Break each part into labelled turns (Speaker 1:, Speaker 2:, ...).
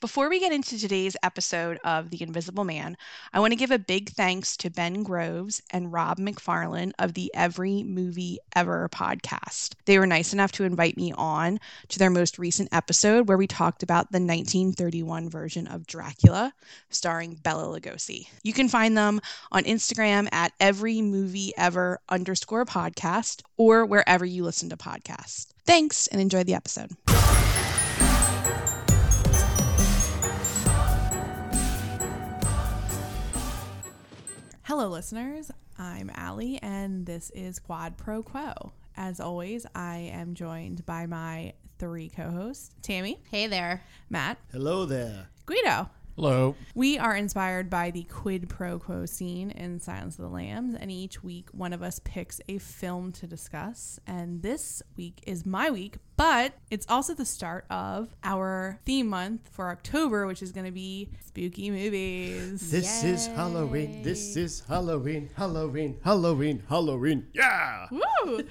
Speaker 1: Before we get into today's episode of The Invisible Man, I want to give a big thanks to Ben Groves and Rob McFarlane of the Every Movie Ever podcast. They were nice enough to invite me on to their most recent episode where we talked about the 1931 version of Dracula starring Bella Lugosi. You can find them on Instagram at Every Movie Ever underscore podcast or wherever you listen to podcasts. Thanks and enjoy the episode.
Speaker 2: Hello, listeners. I'm Allie, and this is Quad Pro Quo. As always, I am joined by my three co hosts Tammy,
Speaker 3: Hey there.
Speaker 2: Matt,
Speaker 4: Hello there.
Speaker 2: Guido.
Speaker 4: Hello.
Speaker 2: We are inspired by the quid pro quo scene in Silence of the Lambs, and each week one of us picks a film to discuss. And this week is my week, but it's also the start of our theme month for October, which is going to be spooky movies.
Speaker 4: This is Halloween. This is Halloween. Halloween. Halloween. Halloween. Yeah.
Speaker 5: Hmm?
Speaker 2: Woo!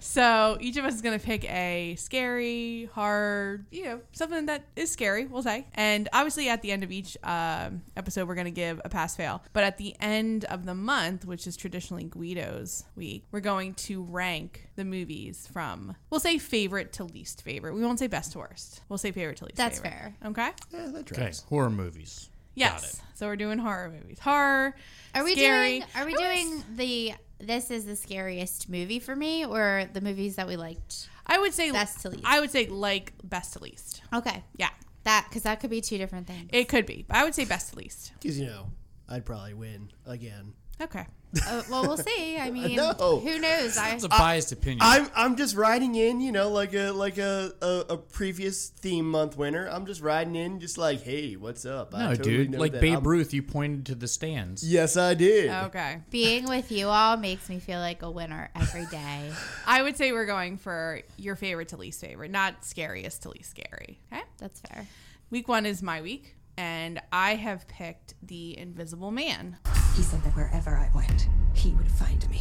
Speaker 2: so each of us is gonna pick a scary, hard, you know, something that is scary, we'll say. And obviously, at the end of each um, episode, we're gonna give a pass/fail. But at the end of the month, which is traditionally Guido's week, we're going to rank the movies from we'll say favorite to least favorite. We won't say best to worst. We'll say favorite to least.
Speaker 3: That's
Speaker 2: favorite. fair. Okay.
Speaker 4: Yeah, that
Speaker 5: Okay,
Speaker 4: tracks.
Speaker 5: horror movies.
Speaker 2: Yes. So we're doing horror movies. Horror.
Speaker 3: Are we
Speaker 2: scary.
Speaker 3: doing are we
Speaker 2: I was-
Speaker 3: doing the this is the scariest movie for me or the movies that we liked?
Speaker 2: I would say
Speaker 3: Best to least.
Speaker 2: I would say like best to least.
Speaker 3: Okay.
Speaker 2: Yeah.
Speaker 3: That cuz that could be two different things.
Speaker 2: It could be, but I would say best to least.
Speaker 4: Because, you know, I'd probably win again.
Speaker 2: Okay.
Speaker 3: Uh, well, we'll see. I mean,
Speaker 4: No.
Speaker 3: who knows? I
Speaker 5: It's a biased opinion.
Speaker 4: I'm, I'm just riding in, you know, like a like a, a, a previous theme month winner. I'm just riding in, just like, hey, what's up?
Speaker 5: no, dude. Like
Speaker 4: that
Speaker 5: Babe
Speaker 4: I'm-
Speaker 5: Ruth, Oh. you pointed to the stands.
Speaker 4: Yes, I did.
Speaker 2: Okay.
Speaker 3: being with you all makes me feel like a winner every day.
Speaker 2: I would say we're going for your favorite to least favorite, not scariest to least scary. Okay.
Speaker 3: That's fair.
Speaker 2: Week one is my week, and I have picked The Invisible Man.
Speaker 6: He said that wherever I went, he would find me.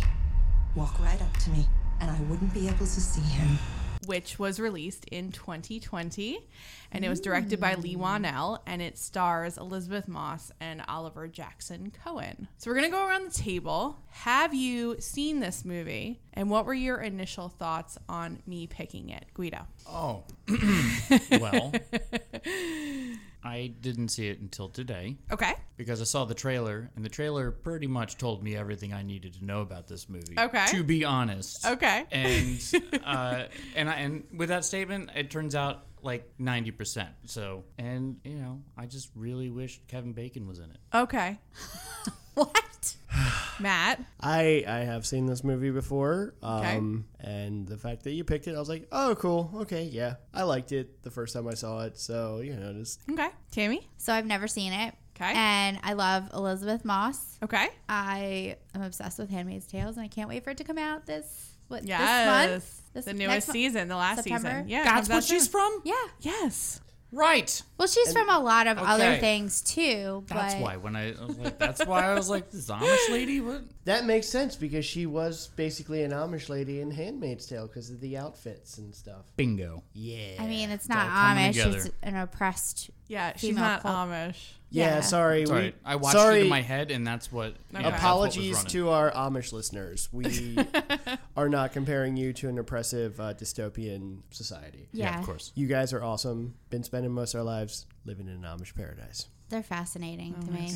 Speaker 6: Walk right up to me, and I wouldn't be able to see him.
Speaker 2: which was released in 2020, and it was directed by Lee Wanell, and it stars Elizabeth Moss and Oliver Jackson Cohen. So we're gonna go around the table. Have you seen this movie, and what were your initial thoughts on me picking it, Guido?
Speaker 5: Oh. well, I didn't see it until today
Speaker 2: Okay,
Speaker 5: because I saw the trailer, and the trailer pretty much told me everything I needed to know about this movie.
Speaker 2: Okay.
Speaker 5: To be honest.
Speaker 2: okay,
Speaker 5: And uh, and I, and with that statement, it turns out like ninety percent. So and you know, I just really wish Kevin Bacon was in it.
Speaker 2: okay.
Speaker 3: What?
Speaker 2: Matt,
Speaker 4: I I have seen this movie before.
Speaker 2: Okay.
Speaker 4: Um and the fact that you picked it, I was like, "Oh, cool. Okay, yeah. I liked it the first time I saw it." So, you know, just
Speaker 2: okay, Tammy,
Speaker 3: So I've never seen it.
Speaker 2: 'Kay.
Speaker 3: And I love Elizabeth Moss.
Speaker 2: okay,
Speaker 3: I am obsessed with Handmaid's Tales and I can't wait for it to come out this what
Speaker 2: yes,
Speaker 3: this month. This
Speaker 2: the
Speaker 3: next
Speaker 2: newest
Speaker 3: month?
Speaker 2: season, the last season,
Speaker 3: September?
Speaker 2: yeah, it comes
Speaker 5: That's
Speaker 2: out
Speaker 5: what she's
Speaker 2: soon.
Speaker 5: from.
Speaker 3: Yeah.
Speaker 2: Yes,
Speaker 5: Right.
Speaker 3: Well, she's from a lot of other
Speaker 5: Okay.
Speaker 3: things too.
Speaker 5: That's
Speaker 3: but
Speaker 5: why when I, I was like, that's why I was like, this Amish lady. What?
Speaker 4: That makes sense because she was basically an Amish lady in Handmaid's Tale because of the outfits and stuff.
Speaker 5: Bingo.
Speaker 4: Yeah.
Speaker 3: I mean, it's not
Speaker 5: all coming
Speaker 3: Amish; it's
Speaker 5: together.
Speaker 3: an oppressed.
Speaker 2: yeah, she's
Speaker 3: Female
Speaker 2: not
Speaker 3: cult.
Speaker 2: Amish.
Speaker 4: yeah,
Speaker 3: yeah.
Speaker 4: sorry.
Speaker 5: Sorry,
Speaker 4: we,
Speaker 5: I watched
Speaker 4: sorry,
Speaker 5: it in my head, and that's what. yeah, that's what was
Speaker 4: Apologies
Speaker 5: running.
Speaker 4: to our Amish listeners. We are not comparing you to an oppressive uh, dystopian society.
Speaker 3: Yeah,
Speaker 5: Yeah, of course.
Speaker 4: You guys are awesome. Been spending most of our lives living in an Amish paradise.
Speaker 3: they're fascinating
Speaker 5: Oh
Speaker 3: to me.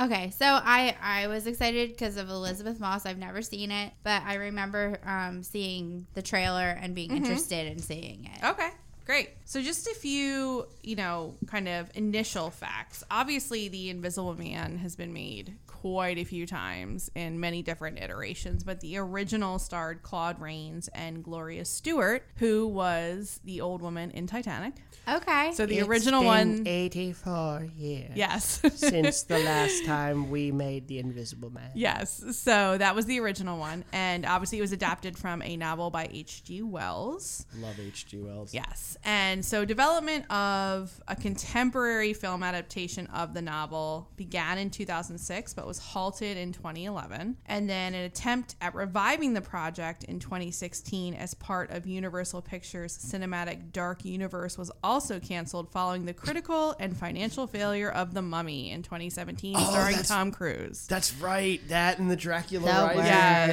Speaker 3: Okay, so I I was excited because of Elizabeth Moss. I've never seen it, but I remember um, seeing the trailer and being
Speaker 2: Mm-hmm.
Speaker 3: interested in seeing it.
Speaker 2: Okay, great. So just a few, you know, kind of initial facts. Obviously, The Invisible Man has been made quite a few times in many different iterations, but the original starred Claude Rains and Gloria Stewart, who was the old woman in Titanic.
Speaker 3: Okay,
Speaker 2: Oh. So the original one,
Speaker 4: 84 years
Speaker 2: yes.
Speaker 4: since the last time we made The Invisible Man.
Speaker 2: Yes. So that was the original one. And obviously, it was adapted from a novel by H.G. Wells.
Speaker 4: Love H.G. Wells.
Speaker 2: Yes. Yes. And so development of a contemporary film adaptation of the novel began in 2006 but was halted in 2011. And then an attempt at reviving the project in 2016 as part of Universal Pictures' cinematic Dark Universe was also canceled following the critical and financial failure of The Mummy in 2017 starring
Speaker 4: that's-
Speaker 2: Tom Cruise.
Speaker 4: That's right. That and the Dracula Rising.
Speaker 3: The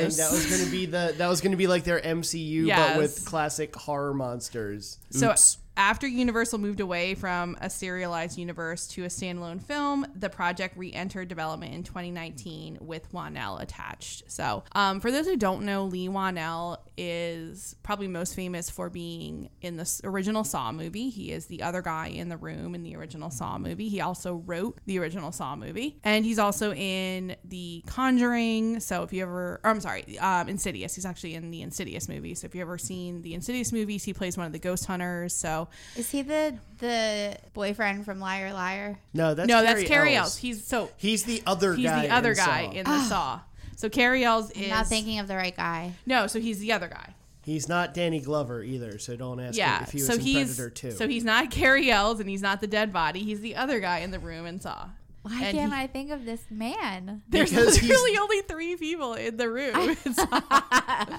Speaker 2: worst.
Speaker 4: That was gonna be the that was gonna be like their MCU,
Speaker 2: Yes.
Speaker 4: but with classic horror monsters.
Speaker 2: So
Speaker 5: Oops.
Speaker 2: after Universal moved away from a serialized universe to a standalone film, the project re-entered development in 2019 with Wanell attached. So um, for those who don't know, Lee Wanell is probably most famous for being in the s- original Saw movie. He is the other guy in the room in the original Saw movie. He also wrote the original Saw movie, and he's also in The Conjuring. So if you ever, or I'm sorry, um, Insidious. He's actually in the Insidious movies. So if you ever seen the Insidious movies, he plays one of the ghost hunters. So
Speaker 3: Is he the the boyfriend from Liar Liar?
Speaker 4: No, that's
Speaker 2: no,
Speaker 4: Carrie
Speaker 2: that's Carrie
Speaker 4: Ells.
Speaker 2: Ells. He's so
Speaker 4: He's the other
Speaker 2: he's
Speaker 4: guy.
Speaker 2: the other
Speaker 4: in
Speaker 2: guy
Speaker 4: Saw.
Speaker 2: in the Saw. So Carrie Ells is
Speaker 3: Ah. Not thinking of the right guy.
Speaker 2: no. So he's the other guy.
Speaker 4: He's not Danny Glover either, so don't ask
Speaker 2: Yeah.
Speaker 4: him if he was
Speaker 2: so
Speaker 4: in
Speaker 2: he's
Speaker 4: Predator 2.
Speaker 2: so he's not Carrie Ells and he's not the dead body. He's the other guy in the room in Saw.
Speaker 3: Why
Speaker 2: And
Speaker 3: can't
Speaker 2: he-
Speaker 3: I think of this man?
Speaker 2: There's
Speaker 4: Because he's-
Speaker 2: literally only three people in the room. in Saw.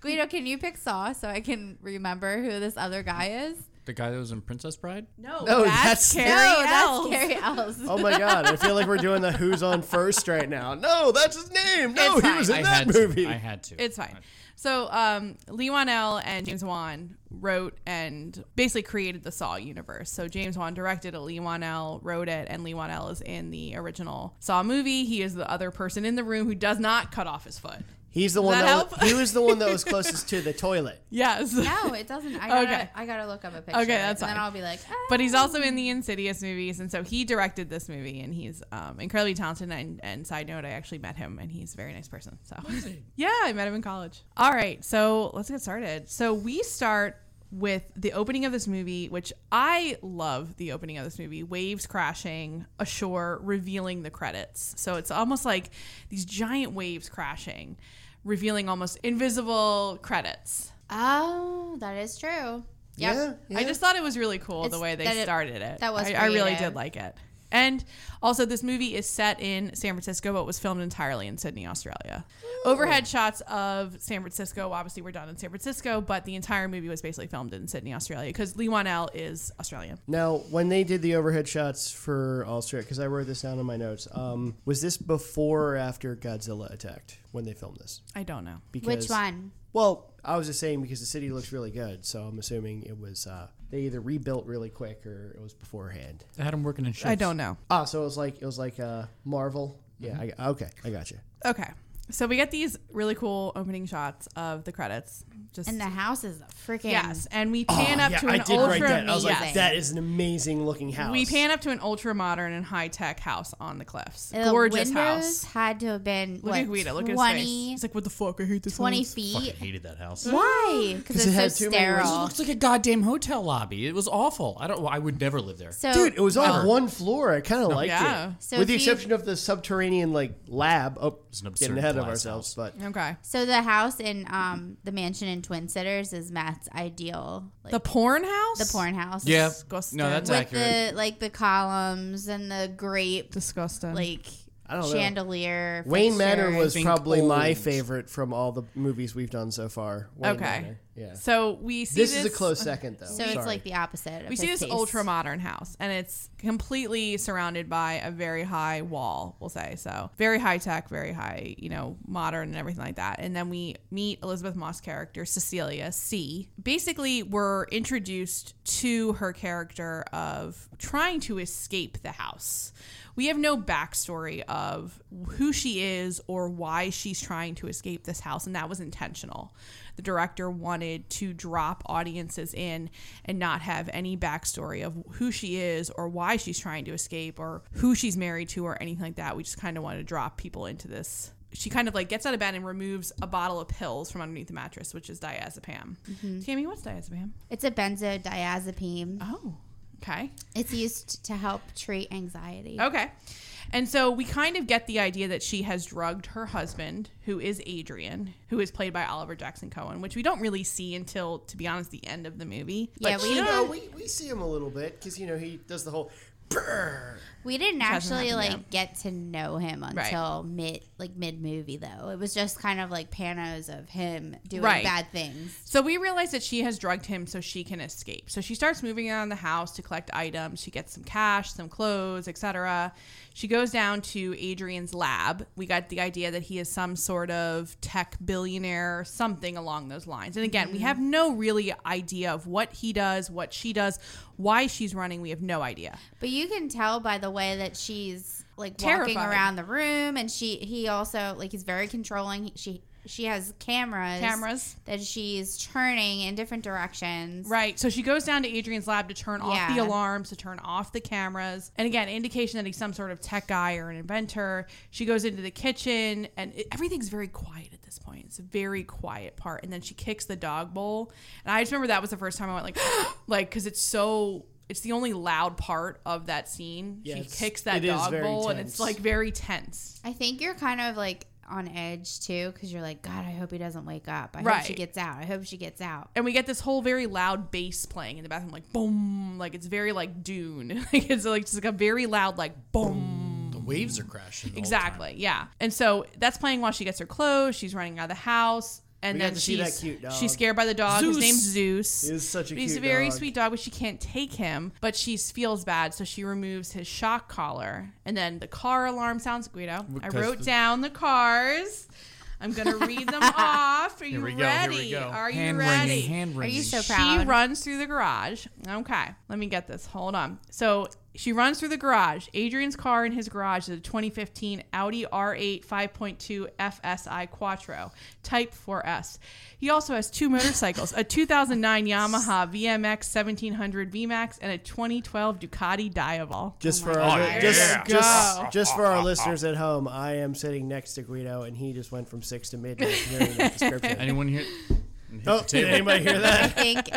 Speaker 3: Guido, can you pick Saw so I can remember who this other guy is?
Speaker 5: The guy that was in Princess Bride?
Speaker 4: No,
Speaker 2: no, Oh,
Speaker 4: that's-
Speaker 2: that's, Carrie
Speaker 3: no,
Speaker 2: Ells.
Speaker 3: Oh, that's Carrie Ells.
Speaker 4: Oh my god, I feel like we're doing the who's on first right now. No, that's his name. No,
Speaker 2: It's
Speaker 4: he
Speaker 2: fine.
Speaker 4: was in
Speaker 5: I
Speaker 4: that
Speaker 5: had
Speaker 4: movey.
Speaker 5: to. I had to.
Speaker 2: It's fine. So um, Lee Wanell and James Wan wrote and basically created the Saw universe. So James Wan directed it, Lee Wanell wrote it, and Lee Wanell is in the original Saw movie. He is the other person in the room who does not cut off his foot.
Speaker 4: He's the one
Speaker 2: that
Speaker 4: that,
Speaker 2: help?
Speaker 4: was, he was the one that was closest to the toilet.
Speaker 2: Yes.
Speaker 3: No, it doesn't. I gotta,
Speaker 2: Okay.
Speaker 3: I gotta look up a picture.
Speaker 2: Okay, that's
Speaker 3: and
Speaker 2: fine.
Speaker 3: Then I'll be like, ah.
Speaker 2: But he's also in the Insidious movies, and so he directed this movie, and he's um, incredibly talented. And, and side note, I actually met him, and he's a very nice person. So, yeah, I met him in college. All right, so let's get started. So we start with the opening of this movie, which I love. The opening of this movie, waves crashing ashore, revealing the credits. So it's almost like these giant waves crashing, revealing almost invisible credits.
Speaker 3: oh, that is true. Yep.
Speaker 4: Yeah,
Speaker 2: I
Speaker 4: yeah.
Speaker 2: just thought it was really cool the
Speaker 3: It's-
Speaker 2: way they
Speaker 3: that it-
Speaker 2: started it.
Speaker 3: that was
Speaker 2: I, I really
Speaker 3: creative.
Speaker 2: did like it. And also, this movie is set in San Francisco, but was filmed entirely in Sydney, Australia. Overhead shots of San Francisco obviously were done in San Francisco, but the entire movie was basically filmed in Sydney, Australia, because Lee Wanell is Australian.
Speaker 4: Now, when they did the overhead shots for Austria, because I wrote this down in my notes, um, was this before or after Godzilla attacked when they filmed this?
Speaker 2: I don't know.
Speaker 4: Because,
Speaker 3: Which one?
Speaker 4: Well, I was just saying because the city looks really good, so I'm assuming it was uh, they either rebuilt really quick or it was beforehand.
Speaker 5: I had him working in shifts.
Speaker 2: I don't know.
Speaker 4: Ah, so it was like it was like uh, Marvel. Yeah,
Speaker 3: Mm-hmm.
Speaker 4: I, okay, I got you.
Speaker 2: Okay. So we get these really cool opening shots of the credits. Just
Speaker 3: And the house is a freaking.
Speaker 2: yes, and
Speaker 4: Oh,
Speaker 2: we pan up to an ultra
Speaker 3: amazing.
Speaker 4: that is an amazing looking house.
Speaker 2: We pan up to an ultra modern and high tech house on the cliffs.
Speaker 3: The
Speaker 2: Gorgeous
Speaker 3: windows
Speaker 2: house.
Speaker 3: had to have been
Speaker 2: Look
Speaker 3: what,
Speaker 2: at Guido. Look at his face.
Speaker 3: 20,
Speaker 2: He's like, what the fuck? I hate this
Speaker 3: 20
Speaker 2: house."
Speaker 3: feet.
Speaker 5: hated that house.
Speaker 3: Why? Because
Speaker 4: it had
Speaker 3: it's so
Speaker 4: too many rooms.
Speaker 5: It
Speaker 3: sterile.
Speaker 5: looks like a goddamn hotel lobby. It was awful. I don't. I would never live there.
Speaker 3: So,
Speaker 4: Dude, it was on one floor. I kind of liked
Speaker 2: Oh. Yeah.
Speaker 4: it,
Speaker 3: So
Speaker 4: with the
Speaker 3: if you-
Speaker 4: exception of the subterranean like lab. Oh,
Speaker 5: an absurd
Speaker 4: getting ahead of
Speaker 5: glass
Speaker 4: ourselves, but
Speaker 2: Okay.
Speaker 3: so the house in um the mansion in Twin Sitters is Matt's ideal, like
Speaker 2: The porn house?
Speaker 3: the porn house.
Speaker 5: yeah.
Speaker 2: disgusting.
Speaker 5: No, that's
Speaker 3: with
Speaker 5: accurate.
Speaker 3: the like the columns and the grape
Speaker 2: Disgusting.
Speaker 3: like
Speaker 4: I don't know.
Speaker 3: chandelier.
Speaker 4: Wayne Manor
Speaker 3: fixtures.
Speaker 4: was
Speaker 5: Think
Speaker 4: probably my
Speaker 5: old.
Speaker 4: favorite from all the movies we've done so far. Wayne
Speaker 2: okay.
Speaker 4: Manor. Yeah.
Speaker 2: So we see
Speaker 4: this,
Speaker 2: this,
Speaker 4: is a close second, though.
Speaker 3: So it's like the opposite. Of
Speaker 2: We see
Speaker 3: his
Speaker 2: this
Speaker 3: taste.
Speaker 2: ultra modern house, and it's completely surrounded by a very high wall, we'll say. So, very high tech, very high, you know, modern and everything like that. And then we meet Elizabeth Moss' character, Cecilia C. Basically, we're introduced to her character of trying to escape the house. We have no backstory of who she is or why she's trying to escape this house, and that was intentional. The director wanted to drop audiences in and not have any backstory of who she is or why she's trying to escape or who she's married to or anything like that. We just kind of wanted to drop people into this. She kind of like gets out of bed and removes a bottle of pills from underneath the mattress, which is diazepam. Tammy, what's diazepam?
Speaker 3: It's a
Speaker 2: Uh.
Speaker 3: benzodiazepine.
Speaker 2: Oh, okay. Oh.
Speaker 3: It's used to help treat anxiety.
Speaker 2: Okay. And so we kind of get the idea that she has drugged her husband, who is Adrian, who is played by Oliver Jackson Cohen, which we don't really see until, to be honest, the end of the movie.
Speaker 3: Yeah,
Speaker 2: But
Speaker 3: we
Speaker 4: You
Speaker 2: she-
Speaker 4: know, we, we see him a little bit because you know he does the whole. "Brrr."
Speaker 3: We didn't
Speaker 2: hasn't
Speaker 3: actually like
Speaker 2: happened
Speaker 3: get to know him
Speaker 2: Right.
Speaker 3: until mid like mid movie though. It was just kind of like panos of him doing
Speaker 2: Right.
Speaker 3: bad things.
Speaker 2: So we realize that she has drugged him so she can escape. So she starts moving around the house to collect items. She gets some cash, some clothes, etc. She goes down to Adrian's lab. We got the idea that he is some sort of tech billionaire, something along those lines. And again, we have no really idea of what he does, what she does, why she's running. We have no idea.
Speaker 3: But you can tell by the way that she's like walking
Speaker 2: Terrified.
Speaker 3: around the room and she he also like he's very controlling. He- She she has cameras
Speaker 2: Cameras.
Speaker 3: that she's turning in different directions.
Speaker 2: Right. So she goes down to Adrian's lab to turn off the
Speaker 3: Yeah.
Speaker 2: alarms, to turn off the cameras. And again, indication that he's some sort of tech guy or an inventor. She goes into the kitchen and it, everything's very quiet at this point. It's a very quiet part. And then she kicks the dog bowl. And I just remember that was the first time I went like, like, because it's so. It's the only loud part of that scene.
Speaker 4: Yeah,
Speaker 2: she
Speaker 4: it's-
Speaker 2: kicks that
Speaker 4: it is
Speaker 2: dog
Speaker 4: very
Speaker 2: bowl and it's
Speaker 4: tense.
Speaker 2: like very tense.
Speaker 3: I think you're kind of like on edge too because you're like god I hope he doesn't wake up. I hope she
Speaker 2: Right.
Speaker 3: gets out. I hope she gets out.
Speaker 2: And we get this whole very loud bass playing in the bathroom, like boom, like it's very like Dune. Like it's like just like a very loud like boom.
Speaker 5: The waves are crashing. the whole time.
Speaker 2: Exactly. Yeah. And so that's playing while she gets her clothes. She's running out of the house. And
Speaker 4: We got
Speaker 2: then
Speaker 4: to see
Speaker 2: she's,
Speaker 4: that cute dog.
Speaker 2: she's scared by the dog. His
Speaker 4: Zeus.
Speaker 2: name's Zeus.
Speaker 4: He is such a
Speaker 2: He's a
Speaker 4: cute
Speaker 2: very
Speaker 4: dog.
Speaker 2: sweet dog, but she can't take him. But she feels bad, so she removes his shock collar. And then the car alarm sounds. Guido,
Speaker 5: Because
Speaker 2: I wrote
Speaker 5: the-
Speaker 2: down the cars. I'm gonna read them off. Are you
Speaker 5: Here we
Speaker 2: ready?
Speaker 5: go. Here we go.
Speaker 2: Are you
Speaker 5: hand
Speaker 2: ready?
Speaker 5: Wringing, hand
Speaker 3: Are
Speaker 5: wringing.
Speaker 3: you so
Speaker 2: She
Speaker 3: proud?
Speaker 2: runs through the garage. Okay, let me get this. Hold on. So she runs through the garage. Adrian's car in his garage is a 2015 Audi R8 5.2 FSI Quattro Type 4S. He also has two motorcycles a 2009 Yamaha VMX 1700 VMAX and a 2012 Ducati Diaval.
Speaker 4: Just for
Speaker 5: Oh,
Speaker 4: our
Speaker 5: yeah.
Speaker 4: just,
Speaker 5: Yeah.
Speaker 2: Go.
Speaker 4: just, just for our listeners at home, I am sitting next to Guido, and he just went from six to midnight hearing that description.
Speaker 5: Anyone here?
Speaker 4: oh, did anybody hear
Speaker 3: I
Speaker 4: that?
Speaker 3: think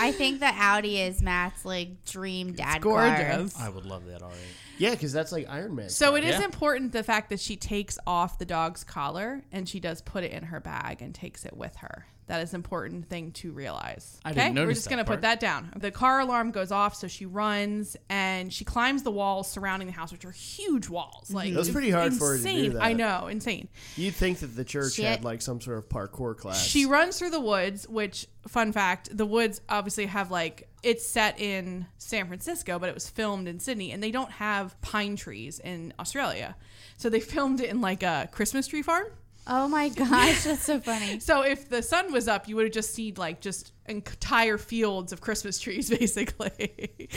Speaker 3: I think the Audi is Matt's like dream dad car.
Speaker 2: Gorgeous.
Speaker 5: I would love that already.
Speaker 4: Yeah, because that's like Iron Man.
Speaker 2: So it is
Speaker 5: Yeah.
Speaker 2: important the fact that she takes off the dog's collar and she does put it in her bag and takes it with her. That is an important thing to realize.
Speaker 5: I didn't
Speaker 2: We're
Speaker 5: notice
Speaker 2: just
Speaker 5: that
Speaker 2: gonna put
Speaker 5: part.
Speaker 2: that down. The car alarm goes off, so she runs and she climbs the walls surrounding the house, which are huge walls.
Speaker 5: Mm-hmm.
Speaker 2: Like
Speaker 4: That's
Speaker 2: it's
Speaker 4: pretty hard for her to do
Speaker 2: insane.
Speaker 4: that.
Speaker 2: I know, insane.
Speaker 4: You'd think that the church
Speaker 3: She-
Speaker 4: had like some sort of parkour class.
Speaker 2: She runs through the woods, which fun fact, the woods obviously have like it's set in San Francisco, but it was filmed in Sydney, and they don't have pine trees in Australia. So they filmed it in like a Christmas tree farm.
Speaker 3: Oh my gosh, that's so funny.
Speaker 2: So if the sun was up, you would have just seen like just entire fields of Christmas trees, basically.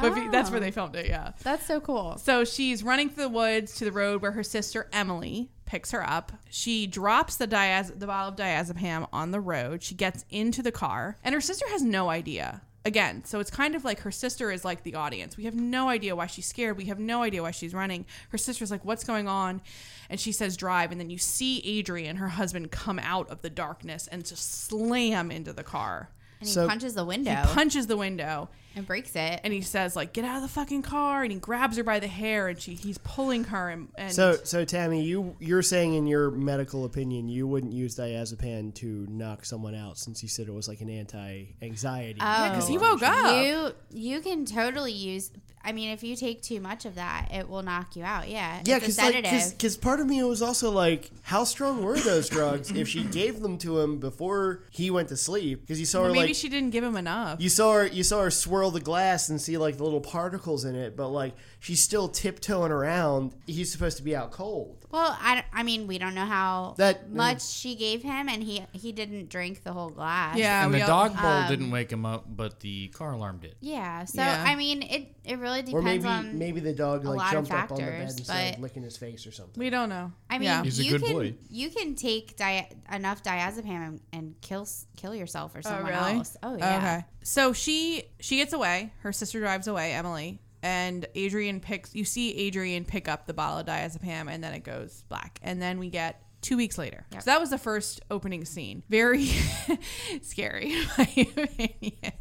Speaker 2: but be- that's where they filmed it, yeah.
Speaker 3: That's so cool.
Speaker 2: So she's running through the woods to the road where her sister Emily picks her up. She drops the diaz- the bottle of diazepam on the road. She gets into the car, and her sister has no idea. Again, so it's kind of like her sister is like the audience. We have no idea why she's scared. We have no idea why she's running. Her sister's like, "What's going on?" And she says, "Drive." And then you see Adrian, her husband, come out of the darkness and just slam into the car.
Speaker 3: And he
Speaker 4: So-
Speaker 3: punches the window
Speaker 2: Punches the window
Speaker 3: and breaks it.
Speaker 2: and he says like get out of the fucking car and he grabs her by the hair and she he's pulling her and, and
Speaker 4: So, so Tammy, you you're saying in your medical opinion you wouldn't use diazepam to knock someone out since you said it was like an anti-anxiety.
Speaker 3: Yeah,
Speaker 2: 'cause he woke up.
Speaker 3: Oh. You you can totally use. I mean, if you take too much of that, it will knock you out. Yeah,
Speaker 4: Yeah,
Speaker 3: it's a
Speaker 4: because
Speaker 3: sedative.
Speaker 4: part of me was also like, how strong were those drugs? if she gave them to him before he went to sleep, because you saw her
Speaker 2: maybe
Speaker 4: like
Speaker 2: she didn't give him enough
Speaker 4: you saw her you saw her swirl the glass and see like the little particles in it, but like she's still tiptoeing around. He's supposed to be out cold.
Speaker 3: well, I, don't- I mean, we don't know how
Speaker 4: That-
Speaker 3: much she gave him, and he he didn't drink the whole glass.
Speaker 2: yeah
Speaker 5: and
Speaker 2: we
Speaker 5: the
Speaker 2: all- um,
Speaker 5: dog bowl didn't wake him up, but the car alarm did.
Speaker 3: Yeah. So
Speaker 2: Yeah.
Speaker 3: I mean, it it really depends
Speaker 4: Or maybe
Speaker 3: on.
Speaker 4: maybe the dog
Speaker 3: a
Speaker 4: like
Speaker 3: lot of
Speaker 4: jumped up on the bed
Speaker 3: factors,
Speaker 4: and started
Speaker 3: but-
Speaker 4: licking his face or something.
Speaker 2: we don't know
Speaker 3: I mean,
Speaker 2: yeah.
Speaker 5: He's a
Speaker 3: you
Speaker 5: good
Speaker 3: can
Speaker 5: boy.
Speaker 3: you can take dia- enough diazepam and, and kill s- kill yourself or someone else. Oh yeah.
Speaker 2: Okay. So she she gets away. Her sister drives away, Emily, and Adrian picks. You see Adrian pick up the bottle of diazepam, and then it goes black. And then we get two weeks later.
Speaker 3: Yep.
Speaker 2: So that was the first opening scene. Very scary, in my opinion.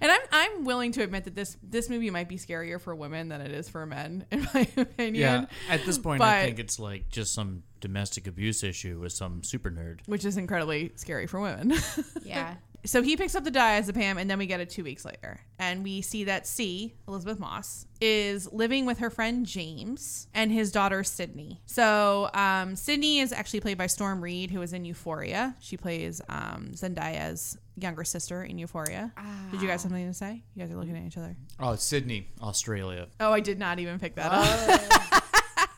Speaker 2: And I'm I'm willing to admit that this this movie might be scarier for women than it is for men, in my opinion.
Speaker 5: Yeah. At this point, I
Speaker 2: But-
Speaker 5: think it's like just some domestic abuse issue with some super nerd.
Speaker 2: Which is incredibly scary for women.
Speaker 3: Yeah.
Speaker 2: So he picks up the diazepam, and then we get it two weeks later. And we see that C, Elizabeth Moss, is living with her friend James and his daughter Sydney. So um, Sydney is actually played by Storm Reed, who is in Euphoria. She plays um, Zendaya's younger sister in Euphoria. Did you guys have something to say? You guys are looking at each other.
Speaker 5: Oh, Sydney, Australia.
Speaker 2: Oh, I did not even pick that up.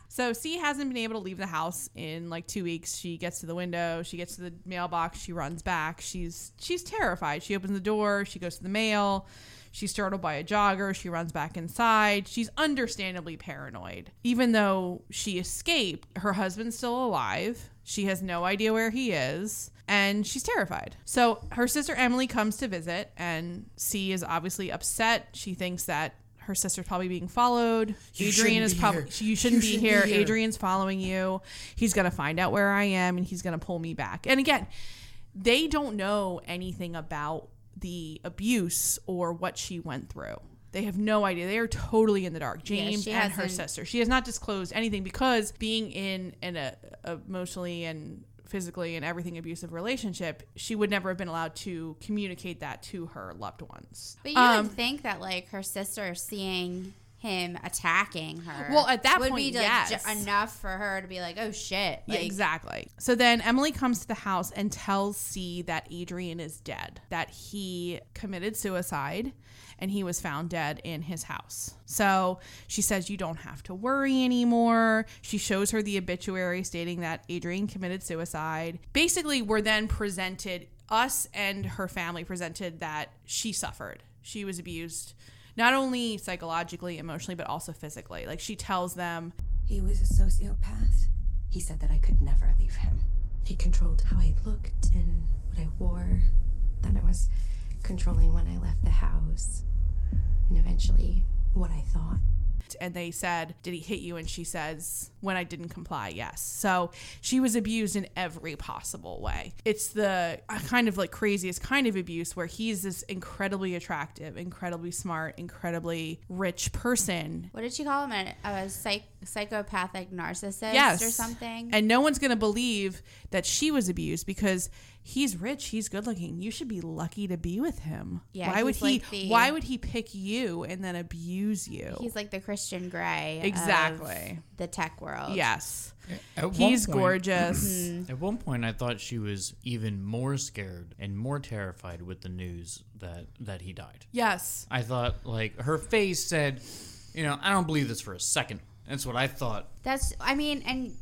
Speaker 2: So C hasn't been able to leave the house in like two weeks. She gets to the window, she gets to the mailbox, she runs back. She's she's terrified. She opens the door, she goes to the mail, she's startled by a jogger, she runs back inside. She's understandably paranoid. Even though she escaped, her husband's still alive. She has no idea where he is, and she's terrified. So her sister Emily comes to visit, and C is obviously upset. She thinks that her sister's probably being followed.
Speaker 4: You
Speaker 2: Adrian
Speaker 4: shouldn't
Speaker 2: is
Speaker 4: be
Speaker 2: probably
Speaker 4: here.
Speaker 2: you shouldn't,
Speaker 4: You
Speaker 2: be,
Speaker 4: shouldn't
Speaker 2: here.
Speaker 4: be here.
Speaker 2: Adrian's following you. He's gonna find out where I am and he's gonna pull me back. And again, they don't know anything about the abuse or what she went through. They have no idea. They are totally in the dark. James
Speaker 3: she
Speaker 2: and her
Speaker 3: hasn't-
Speaker 2: sister. She has not disclosed anything because being in an uh, emotionally and physically and everything abusive relationship, she would never have been allowed to communicate that to her loved ones.
Speaker 3: But you would think that like her sister seeing him attacking her.
Speaker 2: Well, at that
Speaker 3: would
Speaker 2: point,
Speaker 3: be like,
Speaker 2: yes.
Speaker 3: enough for her to be like, "Oh shit!"
Speaker 2: Yeah,
Speaker 3: Like,
Speaker 2: exactly. So then Emily comes to the house and tells C that Adrian is dead, that he committed suicide and he was found dead in his house. So she says, You don't have to worry anymore. She shows her the obituary stating that Adrian committed suicide. Basically, we're then presented, us and her family presented that she suffered, she was abused. Not only psychologically, emotionally, but also physically. Like she tells them,
Speaker 6: He was a sociopath. He said that I could never leave him.
Speaker 7: He controlled how I looked and what I wore. Then I was controlling when I left the house. And eventually, what I thought.
Speaker 2: and they said, Did he hit you? And she says, When I didn't comply, yes. So she was abused in every possible way. It's the uh, kind of like craziest kind of abuse where he's this incredibly attractive, incredibly smart, incredibly rich person.
Speaker 3: what did she call him? A, a psych, psychopathic narcissist
Speaker 2: Yes.
Speaker 3: or something?
Speaker 2: And no one's going to believe that she was abused because he's rich, he's good looking. You should be lucky to be with him.
Speaker 3: Yeah,
Speaker 2: why would
Speaker 3: he's
Speaker 2: he
Speaker 3: like the-
Speaker 2: why would he pick you and then abuse you?
Speaker 3: He's like the Christian Grey, of
Speaker 2: Exactly.
Speaker 3: the tech world.
Speaker 2: yes.
Speaker 5: At one
Speaker 2: He's
Speaker 5: point-
Speaker 3: Mm-hmm.
Speaker 2: gorgeous.
Speaker 5: At one point, I thought she was even more scared and more terrified with the news that that he died.
Speaker 2: Yes.
Speaker 5: I thought like her face said, you know, I don't believe this for a second. That's what I thought.
Speaker 3: that's. I mean, and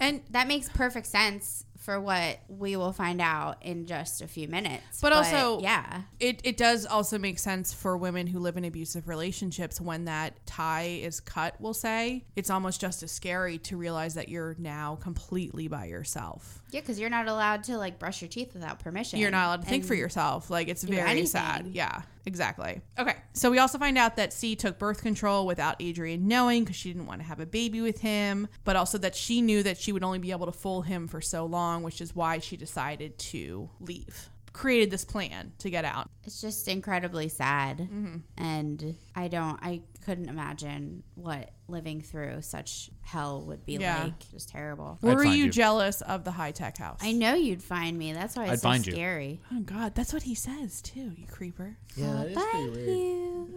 Speaker 2: And
Speaker 3: that makes perfect sense for what we will find out in just a few minutes.
Speaker 2: But also-
Speaker 3: yeah,
Speaker 2: it, it does also make sense for women who live in abusive relationships when that tie is cut, we'll say. It's almost just as scary to realize that you're now completely by yourself.
Speaker 3: yeah, because you're not allowed to like brush your teeth without permission.
Speaker 2: You're not allowed to think
Speaker 3: And-
Speaker 2: for yourself. Like, it's very
Speaker 3: anything.
Speaker 2: sad. Yeah, exactly. Okay. So we also find out that C took birth control without Adrian knowing because she didn't want to have a baby with him, but also that she knew that she would only be able to fool him for so long, which is why she decided to leave. Created this plan to get out.
Speaker 3: It's just incredibly sad,
Speaker 2: Mm-hmm.
Speaker 3: and I don't. I couldn't imagine what living through such hell would be
Speaker 2: Yeah.
Speaker 3: like. Just terrible.
Speaker 5: I'd
Speaker 2: Were
Speaker 5: find
Speaker 2: you
Speaker 5: you.
Speaker 2: jealous of the high tech house?
Speaker 3: I know you'd find me. That's why it's
Speaker 5: I'd
Speaker 3: so
Speaker 5: find you.
Speaker 3: scary.
Speaker 2: Oh God, that's what he says too. You creeper.
Speaker 4: Yeah, that is pretty weird.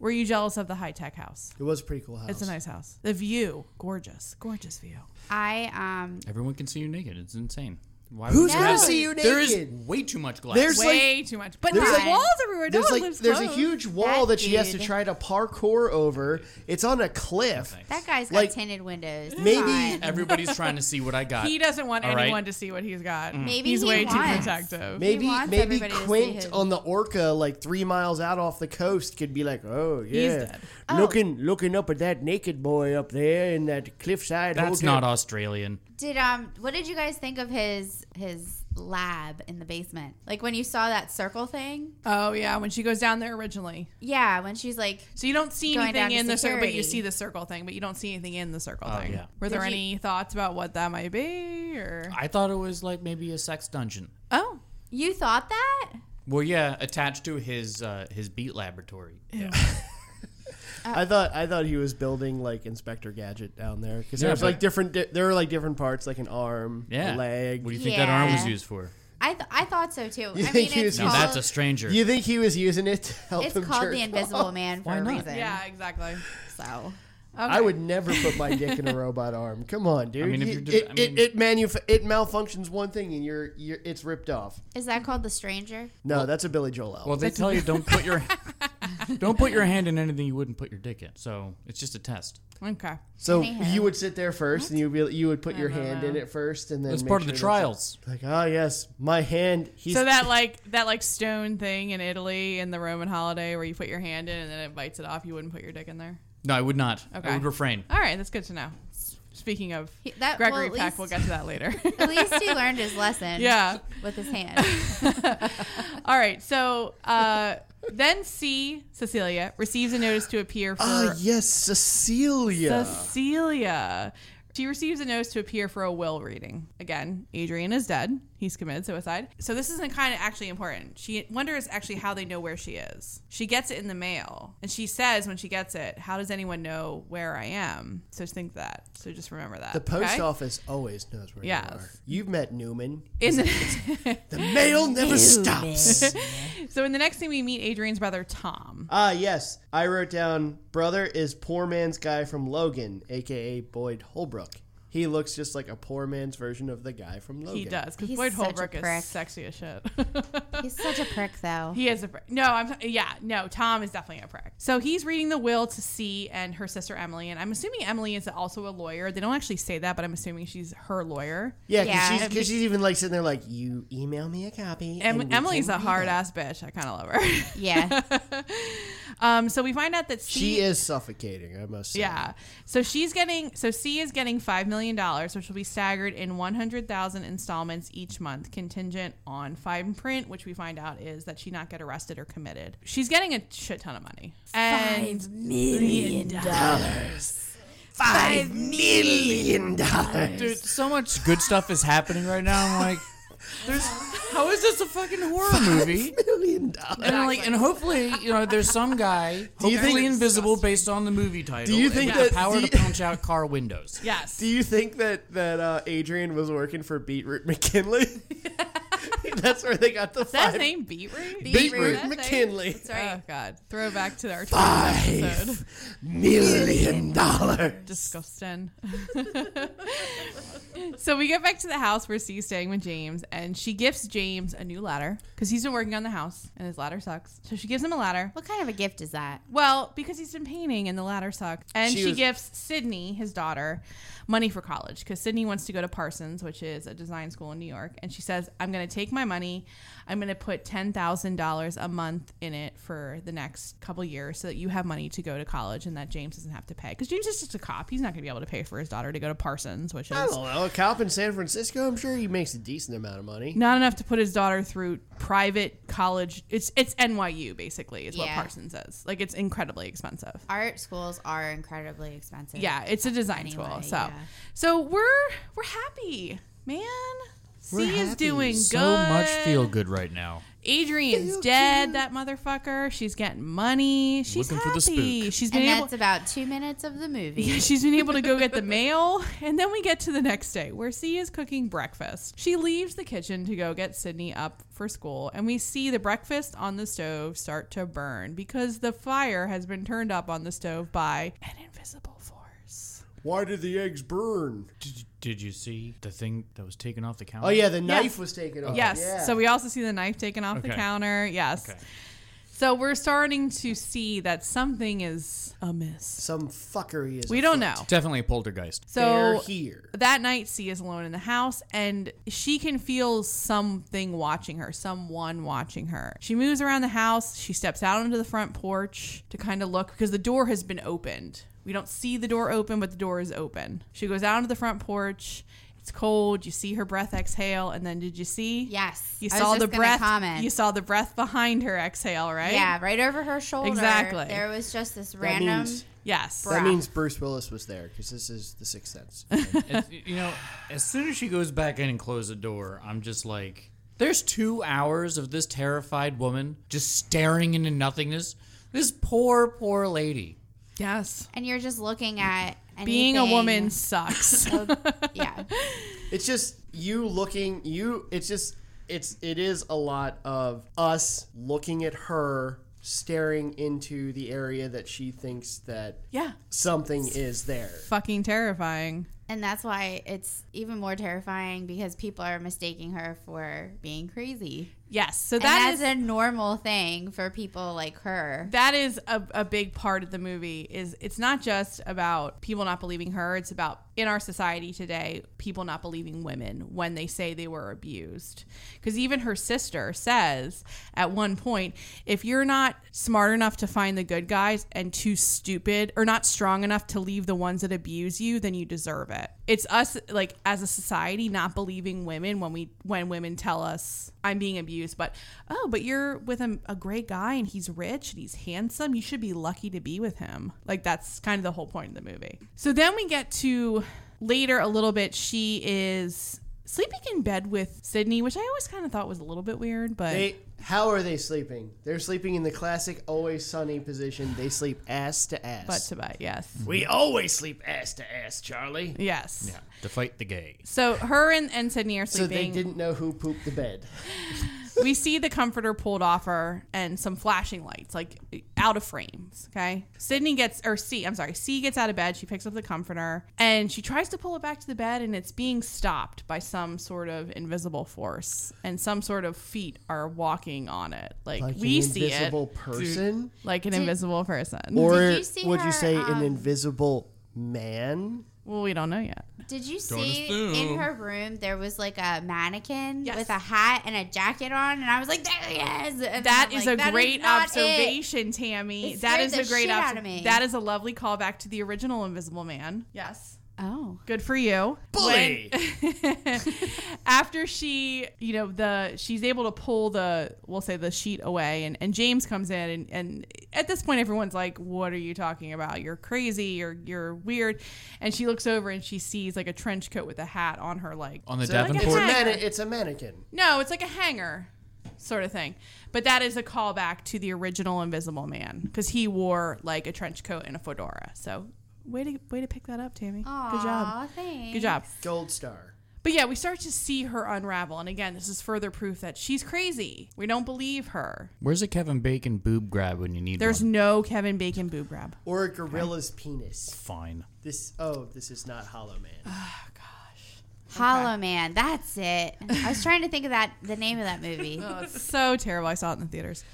Speaker 2: Were you jealous of the high tech house?
Speaker 4: It was a pretty cool house.
Speaker 2: It's a nice house. The view, gorgeous, gorgeous view.
Speaker 3: I um.
Speaker 5: Everyone can see you naked. It's insane. Why
Speaker 4: Who's
Speaker 5: would you
Speaker 4: gonna
Speaker 5: have-
Speaker 4: see you
Speaker 5: There is
Speaker 4: naked?
Speaker 5: way too much glass.
Speaker 4: There's like
Speaker 2: Way too much, but
Speaker 4: there's
Speaker 2: there's
Speaker 4: like-
Speaker 2: walls everywhere. No
Speaker 4: there's
Speaker 2: one
Speaker 4: like
Speaker 2: lives
Speaker 4: there's a
Speaker 2: close.
Speaker 4: huge wall that,
Speaker 3: That
Speaker 4: she has to
Speaker 3: dude.
Speaker 4: try to parkour over. It's on a cliff.
Speaker 3: That guy's got
Speaker 4: Like,
Speaker 3: tinted windows. It's
Speaker 4: maybe-
Speaker 3: fine.
Speaker 5: Everybody's trying to see what I got.
Speaker 2: He doesn't want
Speaker 5: All right.
Speaker 2: anyone to see what he's got.
Speaker 3: Maybe
Speaker 2: he's
Speaker 3: he
Speaker 2: way too
Speaker 3: wants.
Speaker 2: protective.
Speaker 4: Maybe
Speaker 3: wants
Speaker 4: maybe
Speaker 3: everybody to see
Speaker 4: Quint
Speaker 3: his-
Speaker 4: on the Orca, like three miles out off the coast, could be like, "Oh yeah,
Speaker 2: dead.
Speaker 4: looking looking up at that naked boy up there in that cliffside."
Speaker 5: That's
Speaker 4: hotel.
Speaker 5: not Australian.
Speaker 3: Did um. What did you guys think of his his lab in the basement. Like when you saw that circle thing.
Speaker 2: Oh yeah, when she goes down there originally.
Speaker 3: Yeah, when she's like,
Speaker 2: So you don't see
Speaker 3: Going down
Speaker 2: anything
Speaker 3: to
Speaker 2: in the circle, but you
Speaker 3: security.
Speaker 2: see the circle thing, but you don't see anything in the circle
Speaker 5: Oh,
Speaker 2: thing.
Speaker 5: yeah.
Speaker 2: Were there
Speaker 3: Did you-
Speaker 2: any thoughts about what that might be, or
Speaker 5: I thought it was like maybe a sex dungeon.
Speaker 2: oh,
Speaker 3: "You thought that?
Speaker 5: Well, yeah, attached to his uh, his beat laboratory. Yeah.
Speaker 2: Oh.
Speaker 4: I thought I thought he was building like Inspector Gadget down there because
Speaker 5: Yeah,
Speaker 4: there's like
Speaker 5: but-
Speaker 4: different di- there were like different parts like an arm,
Speaker 5: yeah.
Speaker 4: a
Speaker 5: What do
Speaker 4: leg.
Speaker 5: you think that arm was
Speaker 3: Yeah.
Speaker 5: used for?
Speaker 3: I th- I thought so too. I mean,
Speaker 4: think he
Speaker 3: it's
Speaker 4: was-
Speaker 5: Now
Speaker 3: called,
Speaker 5: that's a stranger.
Speaker 4: You think he was using it to help
Speaker 3: it's
Speaker 4: him
Speaker 3: called
Speaker 4: jerk
Speaker 3: the Invisible Man for a
Speaker 5: not?
Speaker 3: reason.
Speaker 2: yeah, exactly.
Speaker 3: So
Speaker 4: I would never put my dick in a robot arm. Come on, dude.
Speaker 5: mean, if
Speaker 4: You-
Speaker 5: you're
Speaker 4: it,
Speaker 5: de- I
Speaker 4: it,
Speaker 5: mean-
Speaker 4: it, manuf- it malfunctions one thing and you're, you're it's ripped off.
Speaker 3: is that called the Stranger?
Speaker 4: No, that's a Billy Joel album.
Speaker 5: Well, they tell you don't put your don't put your hand in anything you wouldn't put your dick in. So it's just a test.
Speaker 2: Okay.
Speaker 4: so
Speaker 3: Anywho.
Speaker 4: you would sit there first and you would be, you would put your hand in it first and then
Speaker 5: That's
Speaker 4: make
Speaker 5: part
Speaker 4: sure
Speaker 5: of the
Speaker 4: that's-
Speaker 5: trials.
Speaker 4: Like, ah, yes, my hand. He's,
Speaker 2: so that like that like stone thing in Italy in the Roman holiday where you put your hand in and then it bites it off, you wouldn't put your dick in there.
Speaker 5: No, I would not.
Speaker 2: Okay.
Speaker 5: I would refrain.
Speaker 2: All right, that's good to know. Speaking of
Speaker 3: He- that-
Speaker 2: Gregory
Speaker 3: well, at
Speaker 2: Peck, we'll
Speaker 3: least-
Speaker 2: get to that later.
Speaker 3: At least he learned his lesson.
Speaker 2: yeah.
Speaker 3: with his hand.
Speaker 2: All right. So uh, then C Cecilia receives a notice to appear for
Speaker 4: ah, yes, Cecilia.
Speaker 2: Cecilia. She receives a notice to appear for a will reading. Again, Adrian is dead. He's committed suicide. So this isn't kind of actually important. She wonders actually how they know where she is. She gets it in the mail, and she says when she gets it, "How does anyone know where I am?" So just think that. So just remember that.
Speaker 4: the post
Speaker 2: okay?
Speaker 4: office always knows where
Speaker 2: Yes.
Speaker 4: you are. You've met Newman.
Speaker 2: In the-
Speaker 4: The mail never stops.
Speaker 2: so in the next thing we meet Adrian's brother Tom.
Speaker 4: Ah, yes. I wrote down brother is poor man's guy from Logan, aka Boyd Holbrook. He looks just like a poor man's version of the guy from Logan.
Speaker 2: He does because
Speaker 3: He's
Speaker 2: Boyd
Speaker 3: such a
Speaker 2: Holbrook
Speaker 3: prick.
Speaker 2: is sexy as shit.
Speaker 3: He's such a prick, though.
Speaker 2: He is a prick. No, I'm yeah, no, Tom is definitely a prick. So he's reading the will to C and her sister Emily, and I'm assuming Emily is also a lawyer. They don't actually say that, but I'm assuming she's her lawyer.
Speaker 4: Yeah, because
Speaker 3: Yeah.
Speaker 4: she's, 'cause she's even like sitting there like, you email me a copy.
Speaker 2: Em-
Speaker 4: and we
Speaker 2: Emily's
Speaker 4: can
Speaker 2: a
Speaker 4: read
Speaker 2: hard
Speaker 4: it."
Speaker 2: ass bitch. I kind of love her.
Speaker 3: Yeah,
Speaker 2: um, so we find out that C
Speaker 4: She is suffocating, I must say.
Speaker 2: Yeah. So she's getting so C is getting five million dollars, which will be staggered in one hundred thousand installments each month, contingent on fine print, which we find out is that she not get arrested or committed. She's getting a shit ton of money. And five million
Speaker 4: Five million dollars.
Speaker 5: Dude, so much good stuff is happening right now. I'm like, there's how is this a fucking horror movie?
Speaker 4: Million dollars.
Speaker 5: And I'm like, and hopefully, you know, there's some guy
Speaker 4: you
Speaker 5: hopefully
Speaker 4: think-
Speaker 5: invisible based on the movie title.
Speaker 4: you
Speaker 5: and
Speaker 4: think
Speaker 5: with
Speaker 4: that-
Speaker 5: the power
Speaker 4: do
Speaker 5: to punch out car windows?
Speaker 2: Yes.
Speaker 4: Do you think that that uh, Adrian was working for Beetroot McKinley? That's where they got the
Speaker 2: Is that his
Speaker 4: five.
Speaker 2: name Beetroot?
Speaker 4: Beetroot
Speaker 2: That's
Speaker 4: McKinley.
Speaker 2: Oh god. Throwback to our
Speaker 4: Five.
Speaker 2: episode.
Speaker 4: million dollars.
Speaker 2: Disgusting. so we get back to the house where C's staying with James, and she gives James a new ladder because he's been working on the house and his ladder sucks. So she gives him a ladder.
Speaker 3: what kind of a gift is that?
Speaker 2: Well, because he's been painting and the ladder sucks. And
Speaker 4: She
Speaker 2: she,
Speaker 4: was-
Speaker 2: gives Sydney, his daughter, money for college because Sydney wants to go to Parsons, which is a design school in New York. And she says, I'm going to take my money. I'm going to put $10,000 a month in it for the next couple years so that you have money to go to college and that James doesn't have to pay. Because James is just a cop. He's not going to be able to pay for his daughter to go to Parsons, which
Speaker 4: I
Speaker 2: is
Speaker 4: don't know. A cop in San Francisco, I'm sure he makes a decent amount of money.
Speaker 2: not enough to put his daughter through private college. It's it's NYU basically is what
Speaker 3: Yeah.
Speaker 2: Parsons is. Like it's incredibly expensive.
Speaker 3: Art schools are incredibly expensive.
Speaker 2: Yeah, it's a design
Speaker 3: Anyway,
Speaker 2: school. So,
Speaker 3: yeah.
Speaker 2: so we're we're happy, man.
Speaker 4: We're
Speaker 2: C is
Speaker 4: happy.
Speaker 2: doing
Speaker 5: So
Speaker 2: good.
Speaker 5: much feel good right now.
Speaker 2: Adrian's dead. That motherfucker. She's getting money. She's
Speaker 5: Looking
Speaker 2: happy.
Speaker 5: for the spook.
Speaker 2: She's been
Speaker 3: and
Speaker 2: able.
Speaker 3: that's about two minutes of the movie.
Speaker 2: She's been able to go get the mail. And then we get to the next day where C is cooking breakfast. She leaves the kitchen to go get Sydney up for school. And we see the breakfast on the stove start to burn because the fire has been turned up on the stove by an invisible force.
Speaker 4: Why did the eggs burn?
Speaker 5: Did, did you see the thing that was taken off the counter?
Speaker 4: Oh yeah, the knife was taken off.
Speaker 2: Yes.
Speaker 4: Yeah.
Speaker 2: So we also see the knife taken off the
Speaker 5: Okay.
Speaker 2: counter. Yes.
Speaker 5: Okay.
Speaker 2: So we're starting to see that something is amiss.
Speaker 4: some fuckery is.
Speaker 2: We don't know.
Speaker 5: Definitely a poltergeist.
Speaker 4: They're
Speaker 2: So
Speaker 4: here.
Speaker 2: that night, C is alone in the house and she can feel something watching her, someone watching her. She moves around the house. She steps out onto the front porch to kind of look because the door has been opened. We don't see the door open, but the door is open. She goes out onto the front porch It's cold. You see her breath exhale, and then did you see?
Speaker 3: Yes.
Speaker 2: You
Speaker 3: I was
Speaker 2: saw
Speaker 3: just
Speaker 2: the
Speaker 3: gonna
Speaker 2: breath.
Speaker 3: comment.
Speaker 2: You saw the breath behind her exhale, right?
Speaker 3: Yeah, right over her shoulder.
Speaker 2: Exactly.
Speaker 3: There was just this random.
Speaker 4: means-
Speaker 2: Yes.
Speaker 3: Breath.
Speaker 4: That means Bruce Willis was there because this is the Sixth Sense.
Speaker 5: It's- you know, as soon as she goes back in and closes the door, I'm just like, there's two hours of this terrified woman just staring into nothingness. This poor, poor lady.
Speaker 2: Yes.
Speaker 3: and you're just looking at anything.
Speaker 2: Being a woman sucks.
Speaker 3: yeah.
Speaker 4: It's just you looking you it's just it's it is a lot of us looking at her staring into the area that she thinks that
Speaker 2: yeah.
Speaker 4: something is there.
Speaker 2: Fucking terrifying.
Speaker 3: And that's why it's even more terrifying because people are mistaking her for being crazy.
Speaker 2: Yes. So
Speaker 3: And
Speaker 2: that
Speaker 3: that's
Speaker 2: is
Speaker 3: a normal thing for people like her.
Speaker 2: that is a, a big part of the movie is it's not just about people not believing her it's about in our society today people not believing women when they say they were abused because even her sister says at one point if you're not smart enough to find the good guys and too stupid or not strong enough to leave the ones that abuse you then you deserve it it's us like as a society not believing women when we when women tell us i'm being abused but oh but you're with a, a great guy and he's rich and he's handsome you should be lucky to be with him like that's kind of the whole point of the movie so then we get to later a little bit she is sleeping in bed with sydney which i always kind of thought was a little bit weird but
Speaker 4: They how are they sleeping? They're sleeping in the classic always sunny position. They sleep ass to ass.
Speaker 2: butt to butt yes
Speaker 4: we always sleep ass to ass, Charlie.
Speaker 2: yes
Speaker 5: To fight the gay.
Speaker 2: so her and, and sydney are
Speaker 4: So
Speaker 2: sleeping
Speaker 4: they didn't know who pooped the bed.
Speaker 2: we see the comforter pulled off her and some flashing lights, like out of frames. Okay. Sydney gets, or C, I'm sorry, C gets out of bed. She picks up the comforter and she tries to pull it back to the bed, and it's being stopped by some sort of invisible force, and some sort of feet are walking on it. Like,
Speaker 4: Like
Speaker 2: we
Speaker 4: an
Speaker 2: see it.
Speaker 4: invisible person?
Speaker 2: Like an invisible person.
Speaker 4: Or
Speaker 3: Did you see
Speaker 4: would
Speaker 3: her,
Speaker 4: you say
Speaker 3: um,
Speaker 4: an invisible man?
Speaker 2: well, we don't know yet.
Speaker 3: Did you see
Speaker 5: assume.
Speaker 3: in her room there was like a mannequin
Speaker 2: Yes.
Speaker 3: with a hat and a jacket on? And I was like, there he is. And
Speaker 2: That
Speaker 3: I'm
Speaker 2: is
Speaker 3: like,
Speaker 2: a
Speaker 3: "That is
Speaker 2: great
Speaker 3: not it."
Speaker 2: observation, Tammy.
Speaker 3: It
Speaker 2: That
Speaker 3: scared
Speaker 2: is
Speaker 3: the
Speaker 2: a great
Speaker 3: shit out of
Speaker 2: observation.
Speaker 3: me.
Speaker 2: That is a lovely callback to the original Invisible Man. Yes.
Speaker 3: Oh.
Speaker 2: Good for you.
Speaker 5: Bully!
Speaker 2: after she you know the she's able to pull the we'll say the sheet away and, and james comes in and, and at this point everyone's like what are you talking about you're crazy you're you're weird and she looks over and she sees like a trench coat with a hat on her like
Speaker 5: On the
Speaker 4: So- It's a,
Speaker 5: Davenport.
Speaker 4: man- it's a mannequin.
Speaker 2: no it's like a hanger sort of thing but that is a callback to the original invisible man because he wore like a trench coat and a fedora so way to way to pick that up tammy good job
Speaker 3: Aw, thanks.
Speaker 2: good job
Speaker 4: Gold star.
Speaker 2: But yeah, we start to see her unravel. And again, this is further proof that she's crazy. We don't believe her.
Speaker 5: Where's a Kevin Bacon boob grab when you need
Speaker 2: There's
Speaker 5: one?
Speaker 2: no Kevin Bacon boob grab.
Speaker 4: Or a gorilla's penis.
Speaker 5: Fine.
Speaker 4: This oh, this is not Hollow
Speaker 2: Oh,
Speaker 4: Man.
Speaker 3: Hollow Man. That's it. I was trying to think of that the name of that movie.
Speaker 2: Oh, so terrible. I saw it in the theaters.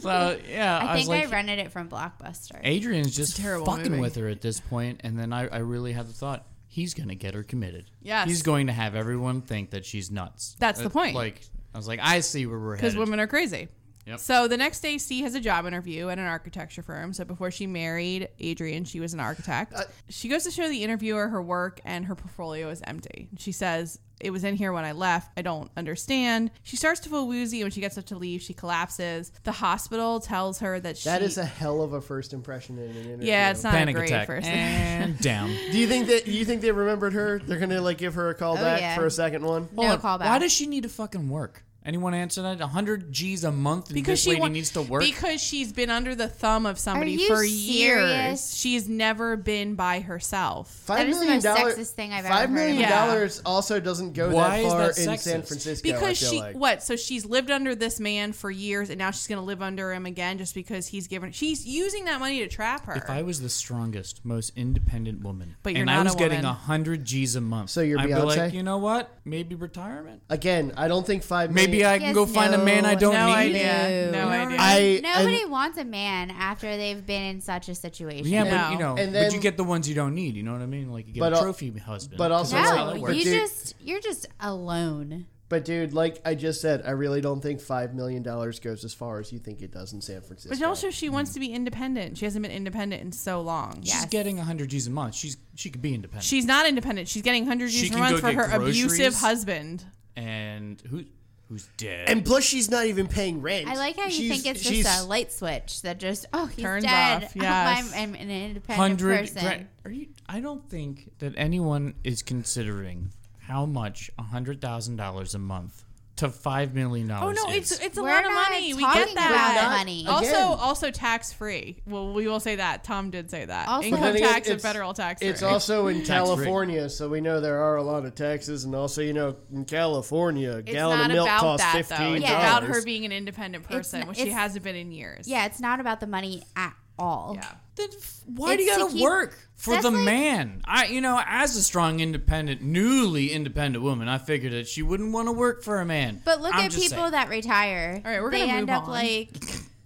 Speaker 5: So, yeah, I,
Speaker 3: I
Speaker 5: was
Speaker 3: think
Speaker 5: like,
Speaker 3: I rented it from Blockbuster.
Speaker 5: Adrian's just
Speaker 2: a terrible
Speaker 5: fucking
Speaker 2: movie.
Speaker 5: with her at this point, and then I, I really had the thought he's gonna get her committed.
Speaker 2: Yes.
Speaker 5: he's going to have everyone think that she's nuts.
Speaker 2: That's the
Speaker 5: Uh,
Speaker 2: point.
Speaker 5: Like I was like, I see where we're
Speaker 2: Because
Speaker 5: headed.
Speaker 2: women are crazy.
Speaker 5: Yep.
Speaker 2: So the next day, C has a job interview at an architecture firm. So before she married Adrian, she was an architect.
Speaker 4: Uh,
Speaker 2: she goes to show the interviewer her work, and her portfolio is empty. She says, It was in here when I left. I don't understand. She starts to feel woozy. When she gets up to leave, she collapses. The hospital tells her that she.
Speaker 4: That is a hell of a first impression in an interview.
Speaker 2: Yeah, it's not
Speaker 5: panic
Speaker 2: a great
Speaker 5: attack
Speaker 2: first
Speaker 5: and down.
Speaker 4: Do you think that you think they remembered her? They're gonna like give her a
Speaker 2: Oh,
Speaker 4: call back
Speaker 3: yeah.
Speaker 4: for a second one.
Speaker 3: No
Speaker 5: Hold on,
Speaker 3: callback.
Speaker 5: Why does she need to fucking work? Anyone answer that? hundred G's a month, and
Speaker 2: because
Speaker 5: this
Speaker 2: she
Speaker 5: lady
Speaker 2: wa-
Speaker 5: needs to work.
Speaker 2: because she's been under the thumb of somebody
Speaker 3: you
Speaker 2: for years.
Speaker 3: serious?
Speaker 2: She's never been by herself.
Speaker 4: Five
Speaker 3: is the
Speaker 4: million
Speaker 3: most
Speaker 4: dollar-
Speaker 3: sexist thing I've
Speaker 4: Five
Speaker 3: ever heard
Speaker 4: million
Speaker 2: in my life.
Speaker 4: dollars also doesn't go
Speaker 5: Why
Speaker 4: that
Speaker 5: is
Speaker 4: far
Speaker 5: that
Speaker 4: in San
Speaker 5: sexist?
Speaker 4: Francisco. I
Speaker 2: Because
Speaker 4: feel
Speaker 2: she
Speaker 4: like.
Speaker 2: what? So she's lived under this man for years, and now she's going to live under him again just because he's given. She's using that money to trap her.
Speaker 5: if I was the strongest, most independent woman,
Speaker 2: But you're
Speaker 5: and
Speaker 2: not
Speaker 5: I
Speaker 2: a
Speaker 5: was getting
Speaker 2: woman.
Speaker 5: hundred G's a month,
Speaker 4: So you're
Speaker 5: I'd be
Speaker 4: Beyonce?
Speaker 5: like, you know what? Maybe retirement.
Speaker 4: again, I don't think five.
Speaker 5: Maybe
Speaker 4: million-
Speaker 5: I can go
Speaker 3: Yes,
Speaker 5: find a man I
Speaker 3: no.
Speaker 5: don't
Speaker 2: no
Speaker 5: need.
Speaker 2: idea. No,
Speaker 3: No.
Speaker 2: idea.
Speaker 4: I
Speaker 3: Nobody
Speaker 4: and-
Speaker 3: wants a man after they've been in such a situation.
Speaker 5: Yeah,
Speaker 2: No.
Speaker 5: but you know,
Speaker 4: And
Speaker 5: but
Speaker 4: then-
Speaker 5: you get the ones you don't need. You know what I mean? Like you get
Speaker 4: But
Speaker 5: a
Speaker 4: al-
Speaker 5: trophy husband.
Speaker 4: but also,
Speaker 5: That's
Speaker 4: like,
Speaker 5: how
Speaker 3: No,
Speaker 5: it
Speaker 4: but
Speaker 5: works.
Speaker 3: you
Speaker 4: dude-
Speaker 3: just you're just alone.
Speaker 4: But dude, like I just said, I really don't think five million dollars goes as far as you think it does in San Francisco.
Speaker 2: But also, she wants to be independent. She hasn't been independent in so long.
Speaker 5: She's getting 100 G's a month. She's she could be independent.
Speaker 2: She's not independent. She's getting 100
Speaker 5: She
Speaker 2: G's a
Speaker 5: can
Speaker 2: month
Speaker 5: go
Speaker 2: for
Speaker 5: get
Speaker 2: her abusive
Speaker 5: groceries.
Speaker 2: husband.
Speaker 5: and who who's dead?
Speaker 4: and plus, she's not even paying rent.
Speaker 3: I like how you
Speaker 4: She's-
Speaker 3: think it's
Speaker 4: she's-
Speaker 3: just a light switch that just oh he's
Speaker 2: Turns
Speaker 3: dead.
Speaker 2: off,
Speaker 3: Oh,
Speaker 2: yes.
Speaker 3: I'm, I'm an independent
Speaker 5: hundred.
Speaker 3: person.
Speaker 5: grand- Are you? I don't think that anyone is considering how much hundred thousand dollars a month to five million
Speaker 2: Oh
Speaker 5: dollars.
Speaker 2: no,
Speaker 5: is.
Speaker 2: it's it's a
Speaker 3: We're
Speaker 2: lot of
Speaker 3: not
Speaker 2: money. We
Speaker 3: talking
Speaker 2: get that.
Speaker 3: about money.
Speaker 2: Also,
Speaker 4: Again.
Speaker 2: also tax free. Well, we will say that Tom did say that
Speaker 3: Also-
Speaker 4: But then
Speaker 2: income
Speaker 4: again,
Speaker 2: tax and
Speaker 4: it's-
Speaker 2: federal tax.
Speaker 4: It's
Speaker 2: free.
Speaker 4: also in
Speaker 5: free.
Speaker 4: California, so we know there are a lot of taxes, and also you know in California, a
Speaker 2: It's
Speaker 4: gallon
Speaker 2: not
Speaker 4: of milk
Speaker 2: about
Speaker 4: costs
Speaker 2: that though.
Speaker 4: fifteen
Speaker 2: It's
Speaker 4: dollars.
Speaker 3: Yeah.
Speaker 2: about her being an independent person,
Speaker 3: not-
Speaker 2: which she
Speaker 3: it's-
Speaker 2: hasn't been in years.
Speaker 3: Yeah, it's not about the money at all.
Speaker 2: Yeah.
Speaker 5: Then f- why do you
Speaker 3: It's to
Speaker 5: gotta
Speaker 3: keep-
Speaker 5: work for
Speaker 3: That's
Speaker 5: the
Speaker 3: like-
Speaker 5: man? I, you know, as a strong, independent, newly independent woman, I figured that she wouldn't want to work for a man.
Speaker 3: But look
Speaker 5: I'm
Speaker 3: at
Speaker 5: just
Speaker 3: people
Speaker 5: saying.
Speaker 3: that retire.
Speaker 2: All right, we're
Speaker 3: they
Speaker 2: gonna
Speaker 3: end
Speaker 2: move
Speaker 3: up
Speaker 2: on.
Speaker 3: like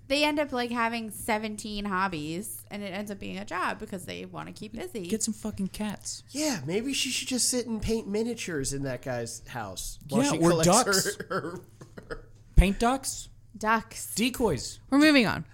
Speaker 3: they end up like having 17 hobbies and it ends up being a job because they want to keep busy.
Speaker 5: get some fucking cats.
Speaker 4: Yeah, maybe she should just sit and paint miniatures in that guy's house while
Speaker 5: Yeah,
Speaker 4: she
Speaker 5: or
Speaker 4: collects
Speaker 5: ducks.
Speaker 4: her- her
Speaker 5: Paint ducks,
Speaker 3: Ducks.
Speaker 5: decoys.
Speaker 2: We're moving on.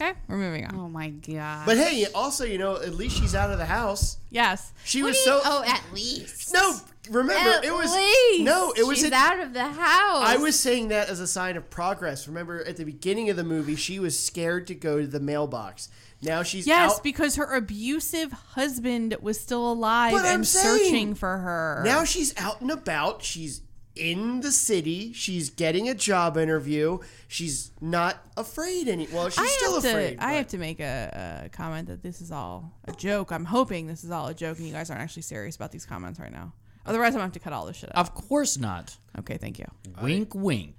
Speaker 2: Okay, we're moving on.
Speaker 3: Oh my god.
Speaker 4: But hey, also, you know, at least she's out of the house.
Speaker 2: Yes.
Speaker 4: She
Speaker 3: What
Speaker 4: was
Speaker 3: do
Speaker 4: so
Speaker 3: you- Oh, at least.
Speaker 4: no. Remember,
Speaker 3: At
Speaker 4: it was
Speaker 3: least.
Speaker 4: no. It was
Speaker 3: She's
Speaker 4: a-
Speaker 3: out of the house.
Speaker 4: I was saying that as a sign of progress. Remember, at the beginning of the movie, she was scared to go to the mailbox. Now she's
Speaker 2: Yes,
Speaker 4: out.
Speaker 2: because her abusive husband was still alive
Speaker 4: But I'm
Speaker 2: and
Speaker 4: saying-
Speaker 2: searching for her.
Speaker 4: now she's out and about. She's in the city. She's getting a job interview. She's not afraid any. Well, she's
Speaker 2: I
Speaker 4: still
Speaker 2: have to.
Speaker 4: afraid.
Speaker 2: I
Speaker 4: but-
Speaker 2: have to make a, a comment that this is all a joke. I'm hoping this is all a joke, and you guys aren't actually serious about these comments right now. Otherwise, I'm gonna have to cut all this shit out.
Speaker 5: Of course not.
Speaker 2: Okay, thank you.
Speaker 5: Wink, wink.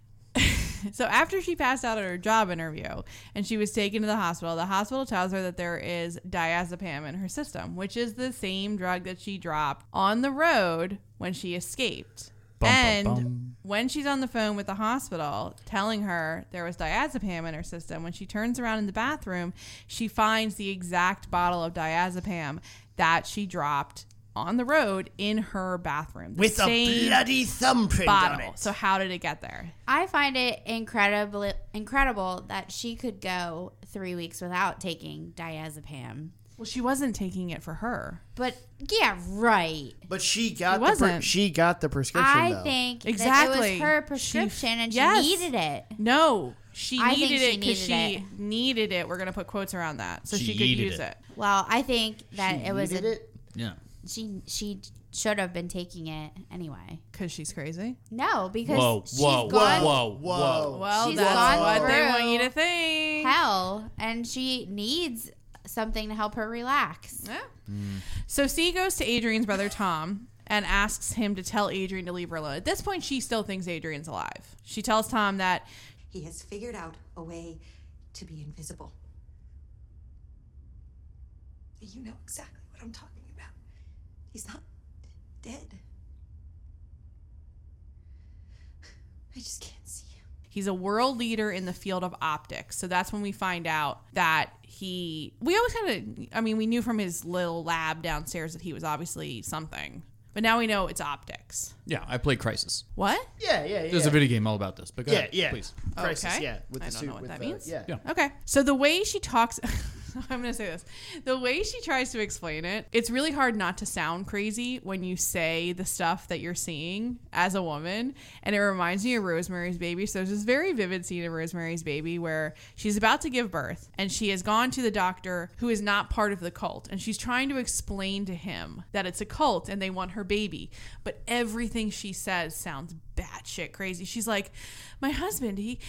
Speaker 2: So after she passed out at her job interview and she was taken to the hospital, the hospital tells her that there is diazepam in her system, which is the same drug that she dropped on the road when she escaped.
Speaker 5: Bum, bum,
Speaker 2: and
Speaker 5: bum.
Speaker 2: when she's on the phone with the hospital telling her there was diazepam in her system, when she turns around in the bathroom, she finds the exact bottle of diazepam that she dropped on the road in her bathroom. The
Speaker 4: with a
Speaker 2: same
Speaker 4: bloody thumbprint on
Speaker 2: bottle.
Speaker 4: it.
Speaker 2: So how did it get there?
Speaker 3: I find it incredible incredible that she could go 3 weeks without taking diazepam.
Speaker 2: Well, she wasn't taking it for her.
Speaker 3: But yeah, right.
Speaker 4: but she got the
Speaker 2: It
Speaker 4: pre-
Speaker 2: wasn't.
Speaker 4: she got the prescription.
Speaker 3: I
Speaker 4: though.
Speaker 3: think that
Speaker 2: Exactly.
Speaker 3: it was her
Speaker 2: She-
Speaker 3: prescription and she
Speaker 2: Yes.
Speaker 3: needed it.
Speaker 2: No, she
Speaker 3: I think
Speaker 2: needed
Speaker 3: she
Speaker 2: it because she
Speaker 3: needed
Speaker 2: needed it. We're gonna put quotes around that so she,
Speaker 5: She
Speaker 2: could
Speaker 5: yeeted
Speaker 2: use it.
Speaker 5: it.
Speaker 3: Well, I think that
Speaker 4: She
Speaker 3: it was
Speaker 4: needed
Speaker 3: a,
Speaker 4: it.
Speaker 5: Yeah.
Speaker 3: she she should have been taking it anyway.
Speaker 2: because she's crazy.
Speaker 3: No, because
Speaker 5: Whoa,
Speaker 3: she's
Speaker 5: whoa,
Speaker 3: gone
Speaker 5: whoa,
Speaker 4: Whoa.
Speaker 5: whoa.
Speaker 2: Well,
Speaker 3: She's
Speaker 2: that's
Speaker 3: gone
Speaker 2: what they
Speaker 3: through
Speaker 2: want you to think.
Speaker 3: hell and she needs something to help her relax.
Speaker 2: Yeah. So C goes to Adrian's brother Tom and asks him to tell Adrian to leave her alone. At this point, she still thinks Adrian's alive. She tells Tom that
Speaker 6: He has figured out a way to be invisible. You know exactly what I'm talking about. He's not dead. I just can't see him.
Speaker 2: He's a world leader in the field of optics. So that's when we find out that he, we always kind of, I mean, we knew from his little lab downstairs that he was obviously something, but now we know it's optics.
Speaker 5: Yeah, I played Crisis.
Speaker 2: What?
Speaker 4: Yeah, yeah, yeah.
Speaker 5: There's a video game all about this. But go
Speaker 4: Yeah,
Speaker 5: ahead,
Speaker 4: yeah.
Speaker 5: please.
Speaker 4: Crisis,
Speaker 2: Okay.
Speaker 4: yeah. With
Speaker 2: I
Speaker 4: the
Speaker 2: don't
Speaker 4: suit,
Speaker 2: know what
Speaker 4: with
Speaker 2: that
Speaker 4: the-
Speaker 2: means.
Speaker 4: Yeah.
Speaker 5: Yeah.
Speaker 2: Okay. So the way she talks, I'm going to say this. The way she tries to explain it, it's really hard not to sound crazy when you say the stuff that you're seeing as a woman. And it reminds me of Rosemary's Baby. So there's this very vivid scene in Rosemary's Baby where she's about to give birth and she has gone to the doctor who is not part of the cult. And she's trying to explain to him that it's a cult and they want her baby. But everything she says sounds batshit crazy. She's like, my husband, he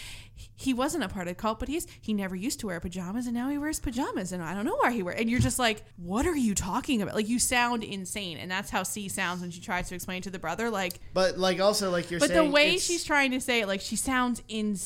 Speaker 2: he wasn't a part of the cult, but he's he never used to wear pajamas, and now he wears pajamas, and I don't know why he wear. And you're just like, what are you talking about? Like you sound insane, and that's how C sounds when she tries to explain to the brother. Like,
Speaker 4: But like also like you're
Speaker 2: but
Speaker 4: saying
Speaker 2: the way
Speaker 4: it's-
Speaker 2: she's trying to say it, like she sounds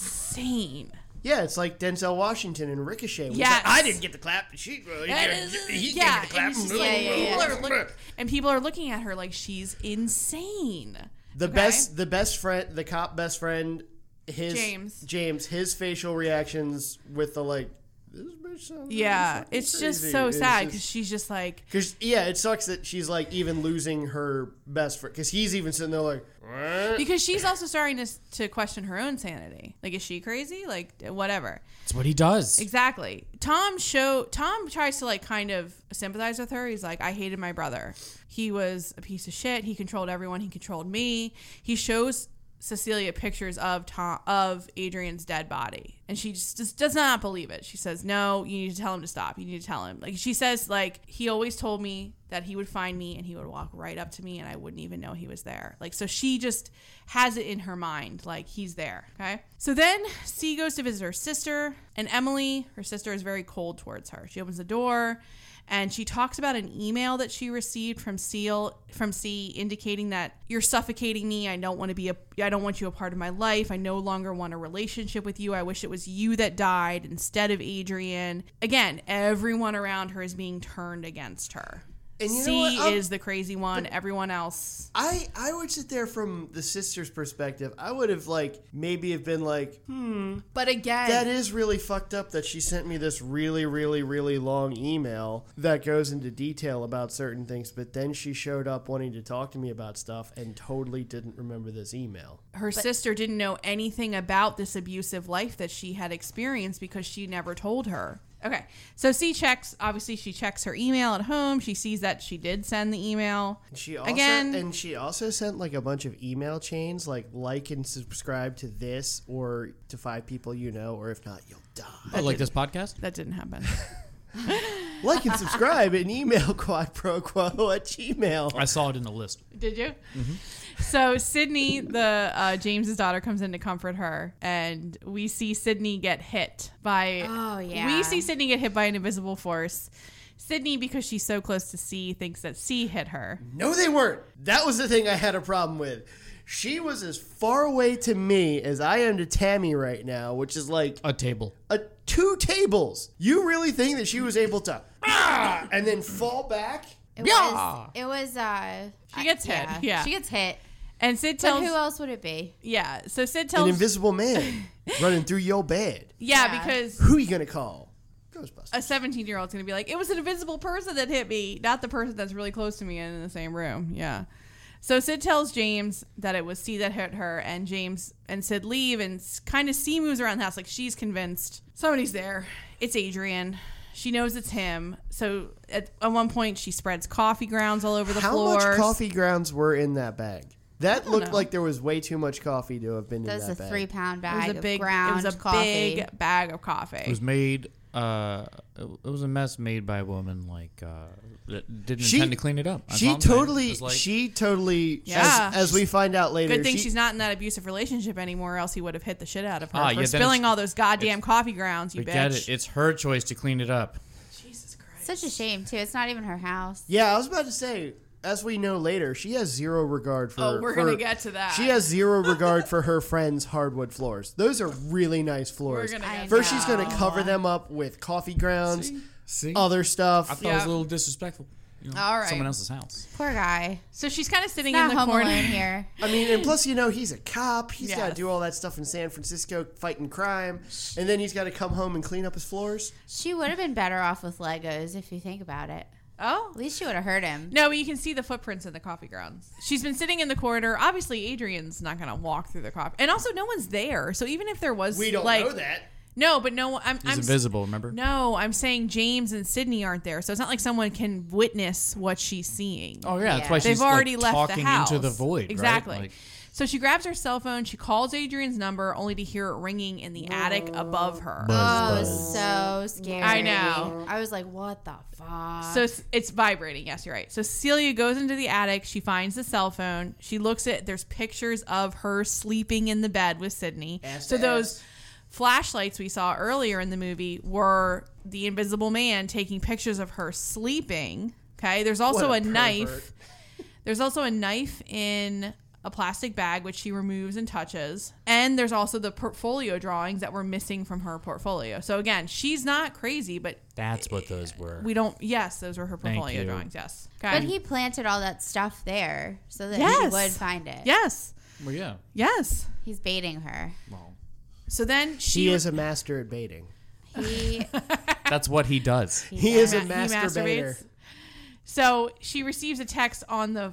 Speaker 2: insane.
Speaker 4: Yeah, it's like Denzel Washington and Ricochet. Yeah,
Speaker 2: Yes.
Speaker 4: I didn't get the clap. She, well, he
Speaker 2: That
Speaker 4: did-
Speaker 2: is-
Speaker 4: he
Speaker 2: yeah,
Speaker 4: gave me
Speaker 2: and it's
Speaker 4: the
Speaker 2: just
Speaker 4: clap.
Speaker 2: like,
Speaker 3: Yeah, yeah,
Speaker 2: people
Speaker 3: yeah.
Speaker 2: are look- and people are looking at her like she's insane.
Speaker 4: The
Speaker 2: Okay.
Speaker 4: best, the best friend, the cop best friend, his
Speaker 2: James.
Speaker 4: James, his facial reactions with the like, this bitch sounds
Speaker 2: Yeah,
Speaker 4: fucking
Speaker 2: it's just
Speaker 4: crazy.
Speaker 2: so
Speaker 4: It's
Speaker 2: sad
Speaker 4: just-
Speaker 2: because she's just like,
Speaker 4: Cause yeah, it sucks that she's like even losing her best friend. Cause he's even sitting there like, "What?"
Speaker 2: because she's also starting to to question her own sanity. Like, is she crazy? Like, whatever.
Speaker 5: It's what he does.
Speaker 2: Exactly. Tom show Tom tries to like kind of sympathize with her. He's like, I hated my brother. He was a piece of shit. He controlled everyone. He controlled me. He shows Cecilia pictures of Tom of Adrian's dead body, and she just, just does not believe it. She says, No, you need to tell him to stop. You need to tell him. Like she says, like he always told me that he would find me and he would walk right up to me and I wouldn't even know he was there. Like, so she just has it in her mind, like, he's there. Okay. So then C goes to visit her sister, and Emily, her sister, is very cold towards her. She opens the door and she talks about an email that she received from Seal from C indicating that you're suffocating me. I don't want to be a I don't want you a part of my life. I no longer want a relationship with you. I wish it was you that died instead of Adrian. Again, everyone around her is being turned against her.
Speaker 4: And you know
Speaker 2: C
Speaker 4: what? I'm-
Speaker 2: is the crazy one. Everyone else.
Speaker 4: I I would sit there from the sister's perspective. I would have like maybe have been like,
Speaker 2: But again,
Speaker 4: that is really fucked up that she sent me this really really really long email that goes into detail about certain things, but then she showed up wanting to talk to me about stuff and totally didn't remember this email.
Speaker 2: her sister didn't know anything about this abusive life that she had experienced because she never told her. Okay. So C checks, obviously she checks her email at home. She sees that she did send the email.
Speaker 4: She also
Speaker 2: Again-
Speaker 4: and she also sent like a bunch of email chains like like and subscribe to this or to five people you know or if not you'll die.
Speaker 5: Oh, like this podcast?
Speaker 2: That didn't happen.
Speaker 4: Like and subscribe and email quad pro quo at
Speaker 5: I
Speaker 4: gmail.
Speaker 5: saw it in the list.
Speaker 2: did you?
Speaker 4: Mm-hmm.
Speaker 2: So Sydney, the uh, James's daughter, comes in to comfort her, and we see Sydney get hit by.
Speaker 3: Oh, yeah.
Speaker 2: We see Sydney get hit by an invisible force. Sydney, because she's so close to C, thinks that C hit her.
Speaker 4: No, they weren't. That was the thing I had a problem with. She was as far away to me as I am to Tammy right now, which is like
Speaker 5: A table.
Speaker 4: a two tables. You really think that she was able to ah, and then fall back?
Speaker 3: It was. It was. Uh,
Speaker 2: She gets hit, yeah.
Speaker 3: she gets hit.
Speaker 2: And Sid
Speaker 3: But
Speaker 2: tells,
Speaker 3: who else would it be?
Speaker 2: yeah. So Sid
Speaker 4: An
Speaker 2: tells,
Speaker 4: invisible man running through your bed.
Speaker 2: yeah,
Speaker 3: Yeah.
Speaker 2: because
Speaker 4: Who you gonna call? Ghostbusters.
Speaker 2: a 17 year old's gonna be like, it was an invisible person that hit me, not the person that's really close to me and in the same room. Yeah. So Sid tells James that it was C that hit her, and James and Sid leave, and kind of C moves around the house like she's convinced somebody's there. It's Adrian. She knows it's him. So at, at one point, she spreads coffee grounds all over the
Speaker 4: How
Speaker 2: floor.
Speaker 4: much coffee grounds were in that bag? That looked
Speaker 2: know.
Speaker 4: like there was way too much coffee to have been
Speaker 3: That was
Speaker 4: in
Speaker 3: a
Speaker 4: that bag.
Speaker 3: three pound
Speaker 2: It
Speaker 3: bag
Speaker 2: was a big,
Speaker 3: of ground
Speaker 2: it was a
Speaker 3: coffee.
Speaker 2: big bag of coffee.
Speaker 5: It was made. Uh, it was a mess made by a woman like uh, that didn't
Speaker 4: She-
Speaker 5: intend to clean it up. That's all
Speaker 4: She
Speaker 5: I'm saying.
Speaker 4: totally,
Speaker 5: It's like-
Speaker 4: she totally,
Speaker 2: Yeah.
Speaker 4: as, as we find out later,
Speaker 2: Good thing
Speaker 4: she-
Speaker 2: she's not in that abusive relationship anymore, else he would have hit the shit out of her
Speaker 5: Ah,
Speaker 2: for
Speaker 5: yeah, then
Speaker 2: spilling
Speaker 5: it's-
Speaker 2: all those goddamn coffee grounds. You
Speaker 5: I get
Speaker 2: bitch.
Speaker 5: it. It's her choice to clean it up.
Speaker 3: Such a shame too. It's not even her house.
Speaker 4: Yeah, I was about to say, as we know later, she has zero regard for.
Speaker 2: Oh, we're
Speaker 4: for-
Speaker 2: gonna get to that.
Speaker 4: She has zero regard for her friends' hardwood floors. Those are really nice floors.
Speaker 2: gonna get
Speaker 4: First, she's
Speaker 3: to
Speaker 4: going to cover them up with coffee grounds,
Speaker 5: See,
Speaker 4: other stuff.
Speaker 5: I thought it was a little disrespectful. You know,
Speaker 2: Oh, All right.
Speaker 5: someone else's house.
Speaker 3: Poor guy.
Speaker 2: so she's kind of sitting in
Speaker 3: Not
Speaker 2: the
Speaker 3: home
Speaker 2: corner.
Speaker 3: alone here.
Speaker 4: I mean, and plus, you know, he's a cop. He's got to
Speaker 2: Yes.
Speaker 4: do all that stuff in San Francisco, fighting crime, and then he's got to come home and clean up his floors.
Speaker 3: She would have been better off with Legos if you think about it.
Speaker 2: Oh.
Speaker 3: At least she would have hurt him.
Speaker 2: No, but you can see the footprints in the coffee grounds. She's been sitting in the corridor. Obviously, Adrian's not going to walk through the coffee. And also, no one's there. So even if there was, like,
Speaker 4: that.
Speaker 2: No, but no, I'm,
Speaker 5: He's
Speaker 2: I'm s-
Speaker 5: invisible. Remember?
Speaker 2: No, I'm saying James and Sydney aren't there. So it's not like someone can witness what she's seeing.
Speaker 5: Oh yeah, that's
Speaker 3: Yeah.
Speaker 5: why
Speaker 2: They've
Speaker 5: she's
Speaker 2: already
Speaker 5: like,
Speaker 2: left
Speaker 5: talking
Speaker 2: the house.
Speaker 5: into the void. right?
Speaker 2: Exactly.
Speaker 5: Like,
Speaker 2: so she grabs her cell phone. She calls Adrian's number, only to hear it ringing in the attic above her.
Speaker 3: Oh,
Speaker 2: Uh,
Speaker 3: so scary.
Speaker 2: I know.
Speaker 3: I was like, what the fuck?
Speaker 2: So it's, it's vibrating. Yes, you're right. So Celia goes into the attic. She finds the cell phone. She looks at. There's pictures of her sleeping in the bed with Sydney. so those flashlights we saw earlier in the movie were the Invisible Man taking pictures of her sleeping. Okay. There's also a,
Speaker 4: What a
Speaker 2: knife.
Speaker 4: pervert.
Speaker 2: There's also a knife in a plastic bag which she removes and touches. And there's also the portfolio drawings that were missing from her portfolio. So again, she's not crazy, but
Speaker 5: that's what those were.
Speaker 2: we don't. Yes, those were her
Speaker 5: Thank
Speaker 2: portfolio
Speaker 5: you.
Speaker 2: drawings. Yes.
Speaker 3: but
Speaker 2: Okay.
Speaker 3: he planted all that stuff there so that he
Speaker 2: Yes.
Speaker 3: would find it.
Speaker 2: yes.
Speaker 5: Well, yeah.
Speaker 2: Yes.
Speaker 3: He's baiting her.
Speaker 5: Well,
Speaker 2: So then she
Speaker 4: She is a master at baiting.
Speaker 3: He
Speaker 5: That's what he does.
Speaker 4: He is a
Speaker 2: Ma- he
Speaker 4: masturbator.
Speaker 2: masturbates. So she receives a text on the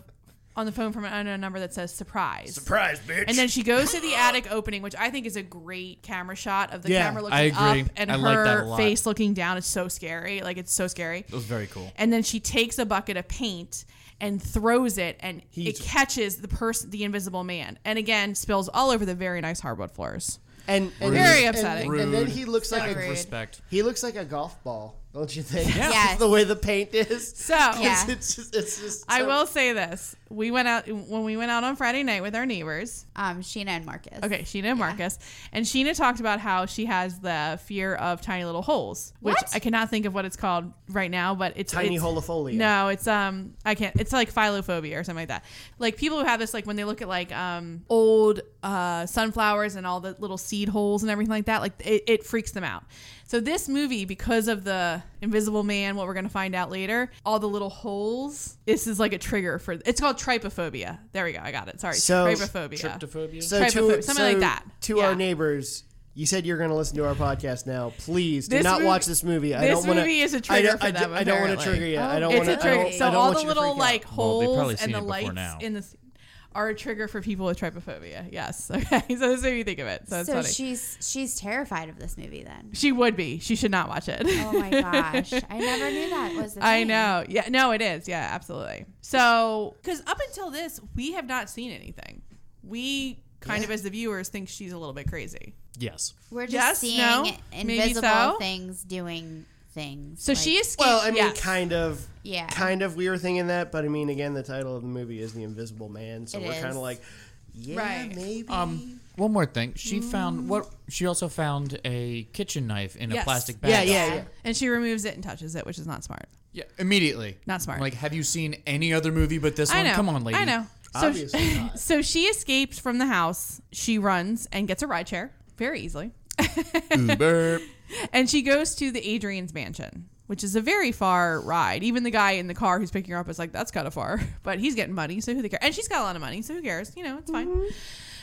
Speaker 2: on the phone from an unknown number that says surprise.
Speaker 4: Surprise, bitch.
Speaker 2: And then she goes to the attic opening, which I think is a great camera shot of the
Speaker 4: Yeah,
Speaker 2: camera looking
Speaker 5: I agree.
Speaker 2: up and
Speaker 5: I like that
Speaker 2: her
Speaker 5: a lot.
Speaker 2: face looking down. It's so scary. Like it's so scary.
Speaker 5: It was very cool.
Speaker 2: And then she takes a bucket of paint and throws it and
Speaker 4: He's-
Speaker 2: it catches the person the invisible man. And again, spills all over the very nice hardwood floors.
Speaker 4: and, and
Speaker 2: Very
Speaker 4: and-
Speaker 2: upsetting.
Speaker 4: And, then he looks like
Speaker 3: rude.
Speaker 4: a,
Speaker 5: Respect.
Speaker 4: he looks like a golf ball, don't you think?
Speaker 5: Yeah.
Speaker 3: Yes.
Speaker 4: the way the paint is.
Speaker 2: So
Speaker 3: Yeah.
Speaker 4: it's just, it's just
Speaker 2: I
Speaker 4: so-
Speaker 2: will say this. We went out when we went out on Friday night with our neighbors.
Speaker 3: um Sheena and Marcus.
Speaker 2: Okay, Sheena and Marcus. And Sheena talked about how she has the fear of tiny little holes, which
Speaker 3: What?
Speaker 2: I cannot think of what it's called right now, but it's
Speaker 4: Tiny
Speaker 2: it's,
Speaker 4: holophobia.
Speaker 2: No, it's um I can't it's like philophobia or something like that. Like people who have this like when they look at like um old uh sunflowers and all the little seed holes and everything like that, like it, it freaks them out. So this movie, because of the invisible man, what we're gonna find out later, all the little holes, this is like a trigger for it's called trypophobia. There we go, I got it. Sorry,
Speaker 4: So-
Speaker 2: trypophobia.
Speaker 4: So
Speaker 2: Try
Speaker 4: to,
Speaker 2: before- something like
Speaker 4: so
Speaker 2: that.
Speaker 4: To
Speaker 2: Yeah.
Speaker 4: our neighbors, you said you're going to listen to our podcast now. Please do
Speaker 2: This
Speaker 4: not
Speaker 2: movie-
Speaker 4: watch this movie. I
Speaker 2: this
Speaker 4: don't wanna,
Speaker 2: movie is a
Speaker 4: I
Speaker 2: trigger
Speaker 4: don't-
Speaker 2: for
Speaker 4: I don't-
Speaker 2: them,
Speaker 4: I don't want to
Speaker 2: apparently. Oh,
Speaker 4: trigger you. I don't
Speaker 2: it's
Speaker 4: want
Speaker 2: a trigger. so all the little like
Speaker 5: Well, they've
Speaker 2: holes
Speaker 5: probably seen
Speaker 2: and the
Speaker 5: it before
Speaker 2: lights
Speaker 5: now.
Speaker 2: in the s- are a trigger for people with trypophobia. Yes. Okay. So this is what you think of it. So, it's
Speaker 3: So
Speaker 2: funny. She,
Speaker 3: she's she's terrified of this movie then.
Speaker 2: would be. She should not watch it.
Speaker 3: Oh my gosh. I never knew that was the
Speaker 2: I
Speaker 3: thing.
Speaker 2: know. Yeah. No, it is. Yeah, absolutely. So, because up until this, we have not seen anything. We kind of, as the viewers, think she's a little bit crazy.
Speaker 5: Yes.
Speaker 3: We're just
Speaker 2: Yes,
Speaker 3: seeing
Speaker 2: no, maybe
Speaker 3: invisible
Speaker 2: so.
Speaker 3: things doing things.
Speaker 2: So she escaped.
Speaker 4: Well, I mean,
Speaker 2: yes.
Speaker 4: kind of.
Speaker 3: Yeah.
Speaker 4: Kind of. We were thinking that, but I mean, again, the title of the movie is The Invisible Man, so
Speaker 3: It
Speaker 4: we're
Speaker 3: is.
Speaker 4: kind of like, yeah,
Speaker 2: Right.
Speaker 4: maybe.
Speaker 5: Um, one more thing. She
Speaker 2: Mm.
Speaker 5: found what? She also found a kitchen knife in
Speaker 2: Yes.
Speaker 5: a plastic bag.
Speaker 4: yeah, yeah, yeah.
Speaker 2: and she removes it and touches it, which is not smart.
Speaker 5: Yeah, immediately.
Speaker 2: Not smart.
Speaker 5: I'm like, have you seen any other movie but this
Speaker 2: I
Speaker 5: one?
Speaker 2: know.
Speaker 5: Come on, lady.
Speaker 2: I know. So
Speaker 4: Obviously
Speaker 2: she,
Speaker 4: not.
Speaker 2: so she escapes from the house. She runs and gets a ride share very easily.
Speaker 5: Uber.
Speaker 2: And she goes to the Adrian's mansion, which is a very far ride. Even the guy in the car who's picking her up is like, that's kind of far. But he's getting money, so who the care? And she's got a lot of money, so who cares? You know, it's
Speaker 4: Mm-hmm.
Speaker 2: fine.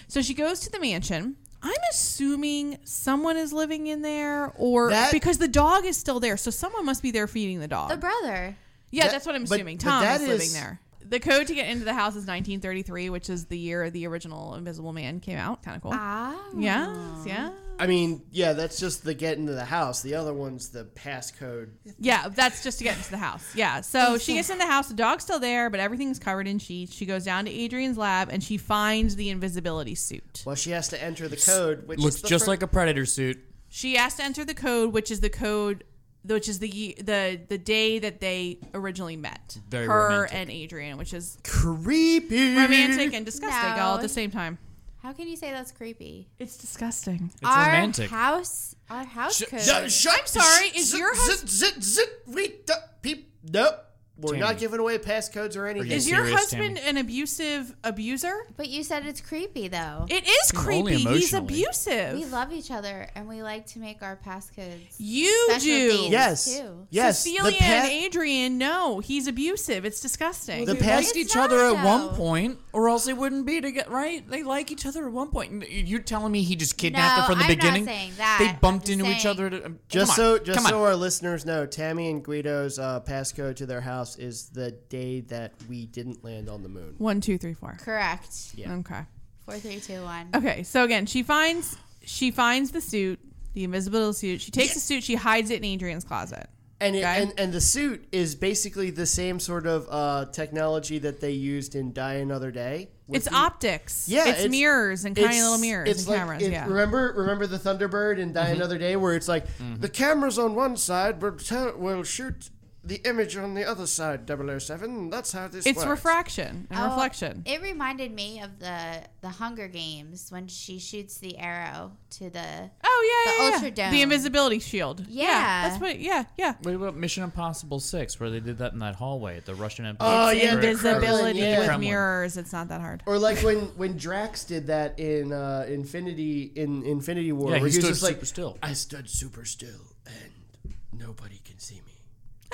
Speaker 2: So she goes to the mansion. I'm assuming someone is living in there, or
Speaker 4: That-
Speaker 2: because the dog is still there, so someone must be there feeding the dog.
Speaker 3: the brother.
Speaker 2: Yeah,
Speaker 4: That-
Speaker 2: that's what I'm
Speaker 4: but-
Speaker 2: assuming.
Speaker 4: but
Speaker 2: Tom
Speaker 4: that
Speaker 2: is living
Speaker 4: is-
Speaker 2: there. The code to get into the house is 1933, which is the year the original Invisible Man came out. Kind of cool.
Speaker 3: Ah.
Speaker 2: Yeah, yeah,
Speaker 4: I mean, yeah, that's just the get into the house. The other one's the passcode.
Speaker 2: yeah. That's just to get into the house. Yeah. So she gets in the house. The dog's still there, but everything's covered in sheets. She goes down to Adrian's lab and she finds the invisibility suit.
Speaker 4: Well, she has to enter the code, which
Speaker 5: Looks
Speaker 4: is the
Speaker 5: just
Speaker 4: fir-
Speaker 5: like a predator suit.
Speaker 2: She has to enter the code, which is the code, which is the ye- the the day that they originally met.
Speaker 5: Very
Speaker 2: her
Speaker 5: romantic.
Speaker 2: and Adrian, which is
Speaker 5: Creepy.
Speaker 2: romantic and disgusting
Speaker 3: No.
Speaker 2: all at the same time.
Speaker 3: How can you say that's creepy?
Speaker 2: It's disgusting.
Speaker 5: It's romantic.
Speaker 3: house our house code.
Speaker 2: I'm sorry, is your hus-
Speaker 4: husband? Zit, zit, we d- peep. Nope. We're
Speaker 5: Tammy.
Speaker 4: not giving away passcodes or anything.
Speaker 2: Is
Speaker 5: Is
Speaker 2: your
Speaker 5: serious,
Speaker 2: husband an abusive abuser?
Speaker 3: but you said it's creepy though.
Speaker 2: It is
Speaker 5: only
Speaker 2: creepy. He's
Speaker 5: emotionally.
Speaker 2: abusive.
Speaker 3: we love each other and we like to make our passcodes.
Speaker 2: you
Speaker 3: Special
Speaker 2: do.
Speaker 3: dates.
Speaker 4: yes.
Speaker 3: too.
Speaker 4: Yes.
Speaker 2: Cecilia
Speaker 4: pa-
Speaker 2: and Adrian, no, he's abusive. It's disgusting.
Speaker 4: The
Speaker 5: They liked
Speaker 4: past-
Speaker 5: each
Speaker 3: It's not,
Speaker 5: other at
Speaker 3: though.
Speaker 5: one point, or else they wouldn't be together, right? They like each other at one point. You're telling me he just kidnapped
Speaker 3: No,
Speaker 5: her from the
Speaker 3: I'm not
Speaker 5: beginning?
Speaker 3: saying that.
Speaker 5: They bumped
Speaker 3: I'm just
Speaker 5: into each
Speaker 3: saying-
Speaker 5: other. At, um,
Speaker 4: Just
Speaker 5: come on,
Speaker 4: so, just
Speaker 5: come on.
Speaker 4: so our listeners know, Tammy and Guido's uh, passcode to their house is the day that we didn't land on the moon.
Speaker 2: One, two, three, four.
Speaker 3: Correct.
Speaker 4: Yeah.
Speaker 2: Okay.
Speaker 3: Four, three, two, one.
Speaker 2: Okay. So again, she finds she finds the suit, the invisibility suit. She takes the suit. She hides it in Adrian's closet.
Speaker 4: And, it,
Speaker 2: Okay.
Speaker 4: and and the suit is basically the same sort of uh, technology that they used in Die Another Day. with
Speaker 2: It's
Speaker 4: the-
Speaker 2: optics.
Speaker 4: Yeah,
Speaker 2: It's,
Speaker 4: it's-
Speaker 2: mirrors and tiny
Speaker 4: It's-
Speaker 2: little mirrors
Speaker 4: it's
Speaker 2: and
Speaker 4: like-
Speaker 2: cameras.
Speaker 4: it-
Speaker 2: yeah. Mm-hmm.
Speaker 4: Remember, remember the Thunderbird in Die Another Day, where it's like the cameras on one side will tell, will shoot the image on the other side. 007. That's how this
Speaker 2: it's
Speaker 4: works.
Speaker 2: refraction and
Speaker 3: Oh,
Speaker 2: reflection.
Speaker 3: It reminded me of the the Hunger Games when she shoots the arrow to the
Speaker 2: oh yeah,
Speaker 3: The
Speaker 2: yeah, yeah.
Speaker 3: Ultradome.
Speaker 2: The invisibility shield.
Speaker 3: Yeah.
Speaker 2: That's what. Yeah. Yeah.
Speaker 5: What about Mission Impossible Six, where they did that in that hallway at the Russian Empire?
Speaker 4: Oh,
Speaker 2: It's
Speaker 4: yeah, the
Speaker 2: invisibility
Speaker 4: Kremlin, yeah.
Speaker 2: with
Speaker 5: Kremlin.
Speaker 2: mirrors. It's not that hard.
Speaker 4: Or like when when Drax did that in uh, Infinity in Infinity War,
Speaker 5: Yeah,
Speaker 4: where
Speaker 5: he
Speaker 4: he was
Speaker 5: stood
Speaker 4: just like,
Speaker 5: super still.
Speaker 4: I stood super still, and nobody can see me.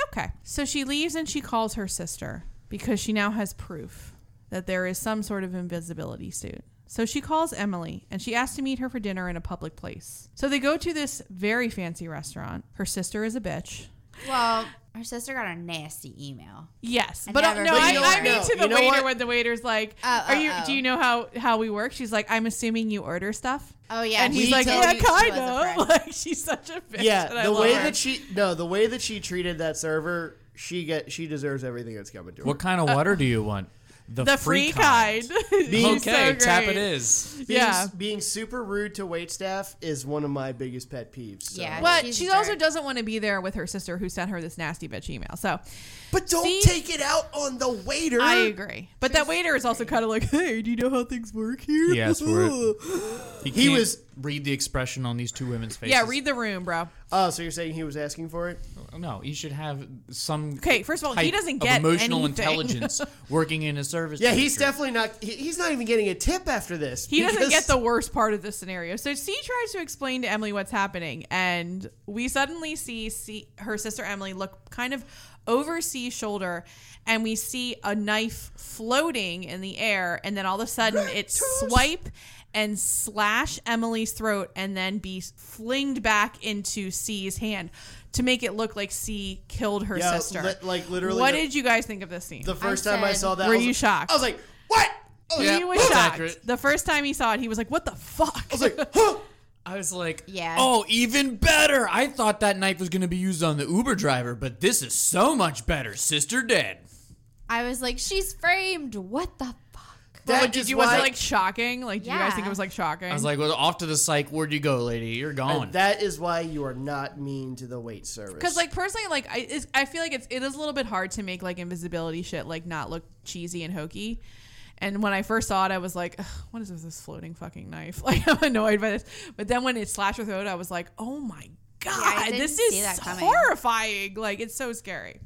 Speaker 2: Okay. So she leaves and she calls her sister because she now has proof that there is some sort of invisibility suit. So she calls Emily and she asks to meet her for dinner in a public place. So they go to this very fancy restaurant. Her sister is a bitch.
Speaker 3: Well, her sister got a nasty email.
Speaker 2: Yes,
Speaker 3: I
Speaker 2: but uh,
Speaker 3: never-
Speaker 2: no,
Speaker 3: But
Speaker 2: I,
Speaker 3: you know
Speaker 2: I
Speaker 3: what?
Speaker 2: mean
Speaker 4: No,
Speaker 2: to the
Speaker 4: you know
Speaker 2: waiter
Speaker 4: what?
Speaker 2: when the waiter's like,
Speaker 3: Oh, oh,
Speaker 2: "Are you?
Speaker 3: oh.
Speaker 2: Do you know how how we work?" She's like, "I'm assuming you order stuff."
Speaker 3: Oh yeah,
Speaker 2: and
Speaker 3: she
Speaker 2: he's like,
Speaker 3: told
Speaker 2: "Yeah,
Speaker 3: you she was
Speaker 2: kind
Speaker 3: a
Speaker 2: of."
Speaker 3: friend.
Speaker 2: Like she's such a bitch. and I
Speaker 4: Yeah, the
Speaker 2: love
Speaker 4: way
Speaker 2: her.
Speaker 4: that she no, the way that she treated that server, she get she deserves everything that's coming to her.
Speaker 5: What kind of water do you want?
Speaker 2: the free kind. She's so
Speaker 5: Okay, tap
Speaker 2: great.
Speaker 5: it is.
Speaker 4: Being,
Speaker 2: yeah.
Speaker 4: being super rude to wait staff is one of my biggest pet peeves. so-
Speaker 3: Yeah.
Speaker 2: But
Speaker 3: She's a
Speaker 2: she also
Speaker 3: jerk.
Speaker 2: doesn't want to be there with her sister who sent her this nasty bitch email. So
Speaker 4: But don't
Speaker 2: See?
Speaker 4: take it out on the waiter.
Speaker 2: I agree. But that waiter is also kind of like, hey, do you know how things work here?
Speaker 5: He asked for it. He,
Speaker 4: He
Speaker 5: can't
Speaker 4: was-
Speaker 5: read the expression on these two women's faces.
Speaker 2: yeah, read the room, bro.
Speaker 4: Oh, so you're saying he was asking for it?
Speaker 5: No, he should have some.
Speaker 2: Okay, first of all, he
Speaker 5: type
Speaker 2: doesn't
Speaker 5: of
Speaker 2: get
Speaker 5: emotional
Speaker 2: anything.
Speaker 5: intelligence working in a service.
Speaker 4: Yeah, he's
Speaker 5: industry.
Speaker 4: definitely not. He, he's not even getting a tip after this.
Speaker 2: He doesn't
Speaker 4: because-
Speaker 2: get the worst part of this scenario. So C tries to explain to Emily what's happening, and we suddenly see, C- her sister Emily look kind of over C's shoulder, and we see a knife floating in the air, and then all of a sudden it swipe and slash Emily's throat, and then be flinged back into C's hand to make it look like C killed her
Speaker 4: Yeah,
Speaker 2: sister.
Speaker 4: li- like, literally
Speaker 2: What
Speaker 4: the-
Speaker 2: did you guys think of this scene?
Speaker 4: The first time I
Speaker 3: said-
Speaker 4: saw that,
Speaker 2: Were
Speaker 4: I was
Speaker 2: you
Speaker 4: like-
Speaker 2: shocked?
Speaker 4: I was like, "What?" I was
Speaker 5: Yeah.
Speaker 2: he
Speaker 4: like,
Speaker 2: was
Speaker 5: that's
Speaker 2: Oh, shocked.
Speaker 5: accurate.
Speaker 2: The first time he saw it, he was like, "What the fuck?"
Speaker 4: I was like, "Huh."
Speaker 5: I was like,
Speaker 3: Yeah.
Speaker 5: Oh, even better. I thought that knife was going to be used on the Uber driver, but this is so much better. Sister dead.
Speaker 3: I was like, she's framed. What the fuck?
Speaker 4: That
Speaker 2: like,
Speaker 4: is
Speaker 2: did you was
Speaker 4: why-
Speaker 2: it like shocking? Like, do you guys think it
Speaker 3: Yeah.
Speaker 2: was like shocking?
Speaker 5: I was like, well, off to the psych. Where'd you go, lady? You're gone.
Speaker 4: And that is why you are not mean to the wait service.
Speaker 2: because like personally, like I, it's, I feel like it's it is a little bit hard to make like invisibility shit like not look cheesy and hokey. And when I first saw it, I was like, "Ugh, "What is this, this floating fucking knife?" Like I'm annoyed by this. But then when it slashed her throat, I was like, "Oh my
Speaker 3: I
Speaker 2: god,
Speaker 3: didn't
Speaker 2: this
Speaker 3: see
Speaker 2: is
Speaker 3: that coming.
Speaker 2: horrifying!" Like it's so scary.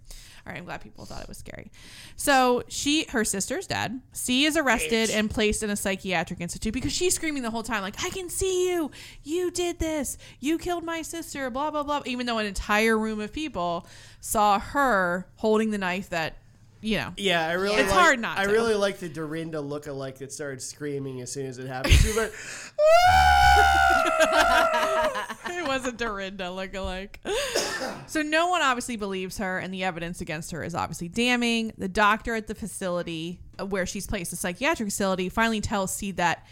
Speaker 2: All right, I'm glad people thought it was scary. So she, her sister's dead. C is arrested and placed in a psychiatric institute because she's screaming the whole time, like, "I can see you! You did this! You killed my sister!" Blah blah blah. Even though an entire room of people saw her holding the knife that, you know,
Speaker 4: yeah, I really.
Speaker 2: It's
Speaker 4: like-
Speaker 2: hard not
Speaker 4: I
Speaker 2: to.
Speaker 4: really like the Dorinda lookalike that started screaming as soon as it happened. She was like,
Speaker 2: it was a Dorinda lookalike. so no one obviously believes her, and the evidence against her is obviously damning. The doctor at the facility uh, where she's placed, the psychiatric facility, finally tells C that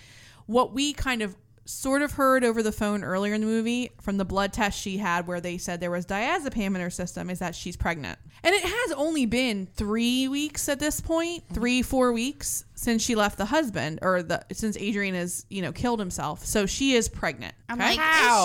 Speaker 2: what we kind of sort of heard over the phone earlier in the movie from the blood test she had where they said there was diazepam in her system is that she's pregnant and it has only been three weeks at this point three four weeks since she left the husband or the since adrian has you know killed himself so she is pregnant
Speaker 3: I'm
Speaker 2: okay?
Speaker 3: like,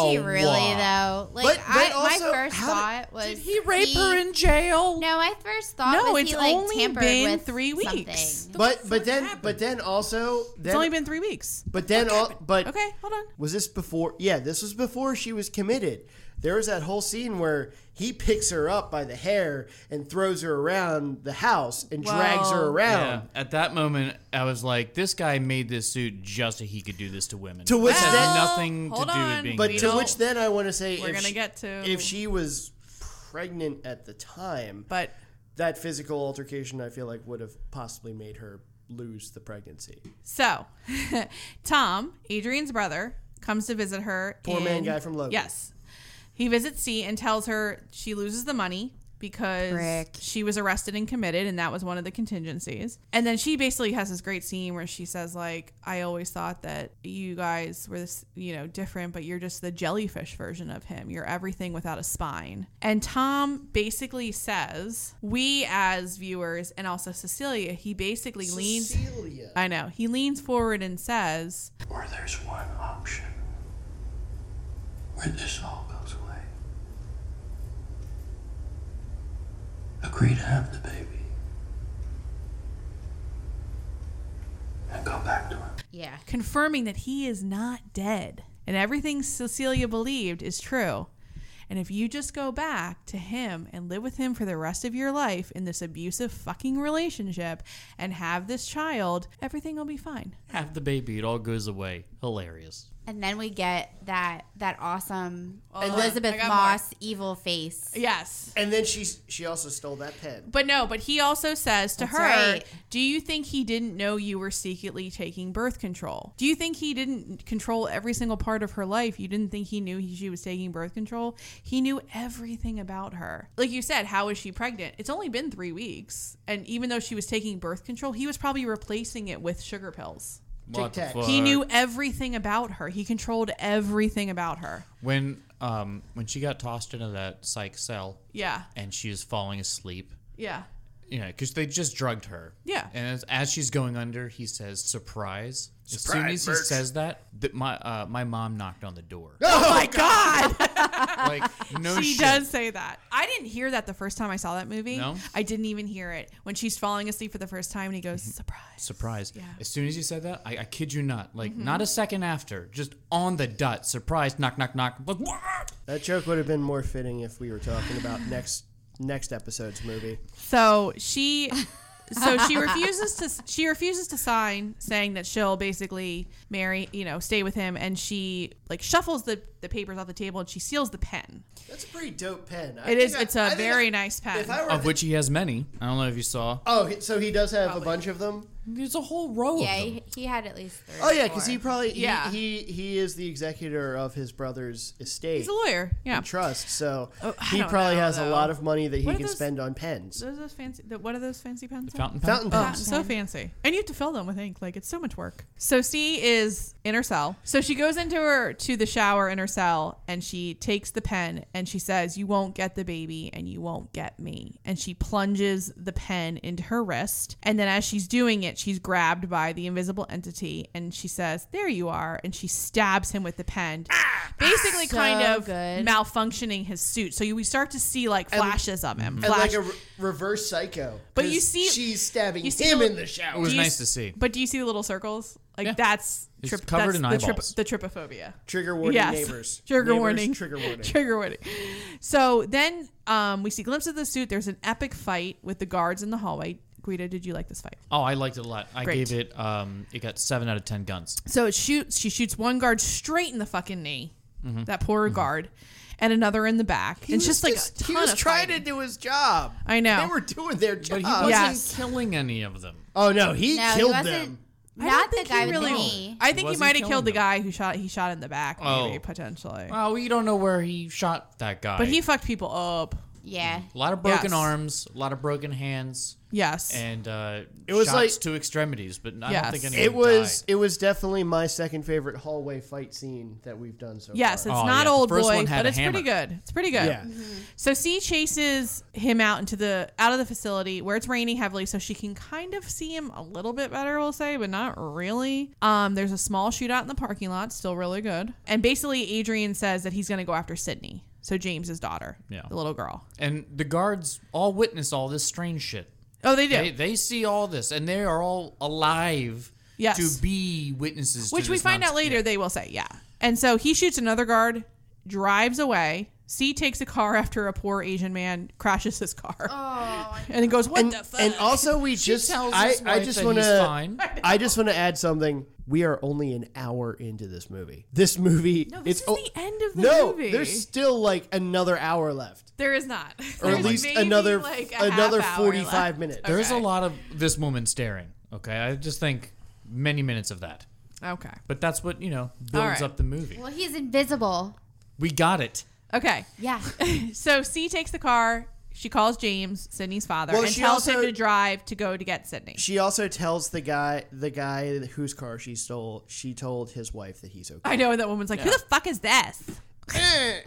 Speaker 3: is she really though? Like,
Speaker 4: But- but
Speaker 3: I,
Speaker 4: also,
Speaker 3: my first
Speaker 4: how did-
Speaker 3: thought was, did
Speaker 2: He raped her in jail.
Speaker 3: No, my first thought
Speaker 2: No,
Speaker 3: was
Speaker 2: it's
Speaker 3: he like
Speaker 2: only
Speaker 3: tampered
Speaker 2: been
Speaker 3: with
Speaker 2: three weeks.
Speaker 3: something.
Speaker 4: "But but then but then also then,
Speaker 2: It's only been three weeks.
Speaker 4: but then all but
Speaker 2: Okay, hold on.
Speaker 4: Was this before? Yeah, this was before she was committed. There was that whole scene where he picks her up by the hair and throws her around the house and drags her
Speaker 5: yeah.
Speaker 4: around.
Speaker 5: At that moment, I was like, this guy made this suit just so he could do this to women.
Speaker 4: To which
Speaker 5: This has
Speaker 4: then-
Speaker 5: nothing to
Speaker 2: Hold
Speaker 5: do
Speaker 2: on.
Speaker 5: with being.
Speaker 4: But
Speaker 5: gay.
Speaker 4: to which then I want to say,
Speaker 2: We're
Speaker 4: if
Speaker 2: gonna
Speaker 4: she,
Speaker 2: get to-
Speaker 4: if she was pregnant at the time,
Speaker 2: But
Speaker 4: that physical altercation I feel like would have possibly made her lose the pregnancy.
Speaker 2: so, Tom, Adrian's brother, comes to visit her.
Speaker 4: Poor man
Speaker 2: in-
Speaker 4: guy from Logan.
Speaker 2: Yes, he visits C and tells her she loses the money because
Speaker 3: Frick.
Speaker 2: she was arrested and committed, and that was one of the contingencies. And then she basically has this great scene where she says, "Like I always thought that you guys were this, you know, different, but you're just the jellyfish version of him. You're everything without a spine." And Tom basically says, "We as viewers, and also Cecilia, he basically leans."
Speaker 4: Celia.
Speaker 2: I know. He leans forward and says,
Speaker 8: Or there's one option where this all goes away. Agree to have the baby and go back to him.
Speaker 3: Yeah,
Speaker 2: confirming that he is not dead. And everything Cecilia believed is true. And if you just go back to him and live with him for the rest of your life in this abusive fucking relationship and have this child, everything will be fine.
Speaker 5: have the baby, it all goes away. Hilarious.
Speaker 3: And then we get that that awesome
Speaker 2: Oh, Hold on,
Speaker 3: Elizabeth
Speaker 2: I got
Speaker 3: Moss evil face.
Speaker 2: Yes.
Speaker 4: And then she she also stole that pen.
Speaker 2: But no, but he also says to
Speaker 3: That's
Speaker 2: her,
Speaker 3: right.
Speaker 2: Do you think he didn't know you were secretly taking birth control? Do you think he didn't control every single part of her life? You didn't think he knew he, she was taking birth control? He knew everything about her. Like you said, how is she pregnant? It's only been three weeks. And even though she was taking birth control, he was probably replacing it with sugar pills.
Speaker 5: What the
Speaker 4: Tic Tacs.
Speaker 5: fuck?
Speaker 2: He knew everything about her. He controlled everything about her.
Speaker 5: when um when she got tossed into that psych cell
Speaker 2: Yeah.
Speaker 5: and she is falling asleep.
Speaker 2: Yeah.
Speaker 5: You know, because they just drugged her.
Speaker 2: Yeah.
Speaker 5: And as, as she's going under, he says, "Surprise!" as soon as he says that, th- my uh, my mom knocked on the door.
Speaker 2: Oh my God.
Speaker 5: like no
Speaker 2: she
Speaker 5: Oh, shit.
Speaker 2: does say that. I didn't hear that the first time I saw that movie.
Speaker 5: No?
Speaker 2: I didn't even hear it when she's falling asleep for the first time, and he goes, "Surprise!"
Speaker 5: Surprise. As soon as you said that, I, I kid you not,
Speaker 2: Mm-hmm.
Speaker 5: like not a second after, just on the dot, surprise, knock, knock, knock. But
Speaker 4: That joke would have been more fitting if we were talking about next next episode's movie.
Speaker 2: So she, so she refuses to she refuses to sign, saying that she'll basically marry, you know, stay with him, and she like shuffles the the papers off the table and she seals the pen.
Speaker 4: That's a pretty dope pen. I
Speaker 2: It is.
Speaker 4: think I-
Speaker 2: It's a
Speaker 4: I think
Speaker 2: very
Speaker 4: I-
Speaker 2: nice pen.
Speaker 4: If I were
Speaker 5: of which he has many. I don't know if you saw.
Speaker 4: Oh, he- so he does have a bunch of them.
Speaker 5: There's a whole row
Speaker 3: Yeah,
Speaker 5: of them.
Speaker 3: he, he had at least three.
Speaker 4: Oh yeah, because
Speaker 3: or
Speaker 4: he
Speaker 3: four.
Speaker 4: probably he-
Speaker 2: Yeah.
Speaker 4: he, he is the executor of his brother's estate.
Speaker 2: He's a lawyer. Yeah.
Speaker 4: and trust, so
Speaker 2: Oh, I
Speaker 4: he
Speaker 2: don't
Speaker 4: probably
Speaker 2: know,
Speaker 4: has a
Speaker 2: though.
Speaker 4: lot of money that he
Speaker 2: What are
Speaker 4: can
Speaker 2: those-
Speaker 4: spend on pens,
Speaker 2: Those those fancy. The, what are those fancy pens? called?
Speaker 5: Fountain pen.
Speaker 4: fountain
Speaker 2: Oh,
Speaker 4: pens.
Speaker 2: so fancy. And you have to fill them with ink. Like it's so much work. So C is in her cell. So she goes into her to the shower in her cell and she takes the pen and she says, You won't get the baby and you won't get me. And she plunges the pen into her wrist. And then as she's doing it, she's grabbed by the invisible entity and she says, There you are. And she stabs him with the pen.
Speaker 4: Ah,
Speaker 2: Basically,
Speaker 3: So
Speaker 2: kind of
Speaker 3: good.
Speaker 2: malfunctioning his suit. So you, we start to see like flashes of him.
Speaker 4: and like
Speaker 2: Flash-
Speaker 4: a re- reverse psycho.
Speaker 2: But you
Speaker 4: 'cause
Speaker 2: see-
Speaker 4: she's stabbing
Speaker 2: you see
Speaker 4: him
Speaker 2: the-
Speaker 4: in the
Speaker 5: It
Speaker 4: shower.
Speaker 5: was
Speaker 2: Do you
Speaker 5: nice
Speaker 2: s-
Speaker 5: to see.
Speaker 2: But do you see the little circles? Like
Speaker 5: Yeah.
Speaker 2: that's
Speaker 5: It's
Speaker 2: trip,
Speaker 5: covered
Speaker 2: that's
Speaker 5: in
Speaker 2: the,
Speaker 5: eyeballs.
Speaker 2: the trypophobia.
Speaker 4: Trigger warning,
Speaker 2: Yes.
Speaker 4: neighbors.
Speaker 2: Trigger
Speaker 4: Neighbors,
Speaker 2: warning.
Speaker 4: Trigger warning.
Speaker 2: Trigger warning. So then um, we see glimpses of the suit. There's an epic fight with the guards in the hallway. Guido, did you like this fight?
Speaker 5: Oh, I liked it a lot. I
Speaker 2: Great.
Speaker 5: gave it um it got seven out of ten guns.
Speaker 2: So it shoots. She shoots one guard straight in the fucking knee.
Speaker 5: Mm-hmm.
Speaker 2: That poor guard, and another in the back.
Speaker 4: He
Speaker 2: and it's
Speaker 4: was
Speaker 2: just like a
Speaker 4: just-
Speaker 2: ton
Speaker 4: he was
Speaker 2: of
Speaker 4: trying
Speaker 2: fighting.
Speaker 4: to do his job.
Speaker 2: I know.
Speaker 4: they were doing their job.
Speaker 5: But he wasn't
Speaker 2: Yes.
Speaker 5: killing any of them.
Speaker 4: oh no, he
Speaker 3: No, he
Speaker 4: killed
Speaker 3: wasn't-
Speaker 4: them.
Speaker 2: I don't
Speaker 3: Not the
Speaker 2: think
Speaker 3: guy
Speaker 2: he
Speaker 3: with
Speaker 2: really-
Speaker 3: the knee.
Speaker 2: I think he
Speaker 5: wasn't
Speaker 2: might have
Speaker 5: killing
Speaker 2: killed the
Speaker 5: them.
Speaker 2: guy who shot. He shot in the back, maybe
Speaker 5: Oh.
Speaker 2: potentially.
Speaker 5: Oh, we don't know where he shot that guy.
Speaker 2: but he fucked people up.
Speaker 3: Yeah.
Speaker 5: a lot of broken
Speaker 2: Yes.
Speaker 5: arms, a lot of broken hands,
Speaker 2: Yes.
Speaker 5: and uh,
Speaker 4: It was
Speaker 5: shots
Speaker 4: like-
Speaker 5: to extremities. But I
Speaker 2: Yes.
Speaker 5: don't think
Speaker 2: It
Speaker 5: anyone
Speaker 4: It was
Speaker 5: died.
Speaker 4: it was definitely my second favorite hallway fight scene that we've done so
Speaker 2: Yes,
Speaker 4: far.
Speaker 2: it's
Speaker 5: Oh,
Speaker 2: not
Speaker 5: yeah, the
Speaker 2: old
Speaker 5: first
Speaker 2: boy,
Speaker 5: one had
Speaker 2: but
Speaker 5: a
Speaker 2: it's pretty good. It's pretty good.
Speaker 4: Yeah.
Speaker 2: So C chases him out into the out of the facility where it's raining heavily, so she can kind of see him a little bit better, we'll say, but not really. Um, there's a small shootout in the parking lot, still really good. And basically, Adrian says that he's going to go after Sydney, so James's daughter,
Speaker 5: Yeah.
Speaker 2: the little girl.
Speaker 5: And the guards all witness all this strange shit.
Speaker 2: Oh, they do.
Speaker 5: They, they see all this, and they are all alive
Speaker 2: Yes.
Speaker 5: to be witnesses. to
Speaker 2: Which we
Speaker 5: this
Speaker 2: find out
Speaker 5: nonsense.
Speaker 2: later they will say, yeah. And so he shoots another guard, drives away. C takes a car after a poor Asian man crashes his car. and he goes, What
Speaker 4: And,
Speaker 2: the fuck?
Speaker 4: and also we just
Speaker 5: tells
Speaker 4: I,
Speaker 5: his
Speaker 4: I
Speaker 5: wife
Speaker 4: just
Speaker 5: that
Speaker 4: want
Speaker 5: he's
Speaker 4: to
Speaker 5: fine.
Speaker 4: I just want to add something. We are only an hour into this movie. This movie
Speaker 2: No,
Speaker 4: it's
Speaker 2: this is
Speaker 4: o-
Speaker 2: the end of the
Speaker 4: no,
Speaker 2: movie.
Speaker 4: there's still like another hour left,
Speaker 2: There is not.
Speaker 4: or at
Speaker 2: There's
Speaker 4: least
Speaker 2: maybe
Speaker 4: another
Speaker 2: like a
Speaker 4: another
Speaker 2: half hour left.
Speaker 4: 45 minutes.
Speaker 5: There's
Speaker 2: Okay.
Speaker 5: a lot of this woman staring. Okay, I just think many minutes of that.
Speaker 2: Okay.
Speaker 5: But that's what you know builds
Speaker 2: right.
Speaker 5: up the movie.
Speaker 3: Well, he's invisible.
Speaker 5: We got it.
Speaker 2: Okay.
Speaker 3: Yeah.
Speaker 2: So C takes the car. She calls James, Sydney's father,
Speaker 4: Well,
Speaker 2: and
Speaker 4: she
Speaker 2: tells him
Speaker 4: also-
Speaker 2: to drive to go to get Sydney.
Speaker 4: She also tells the guy the guy whose car she stole. She told his wife that he's okay.
Speaker 2: I know and that woman's like, "Who the fuck is this?"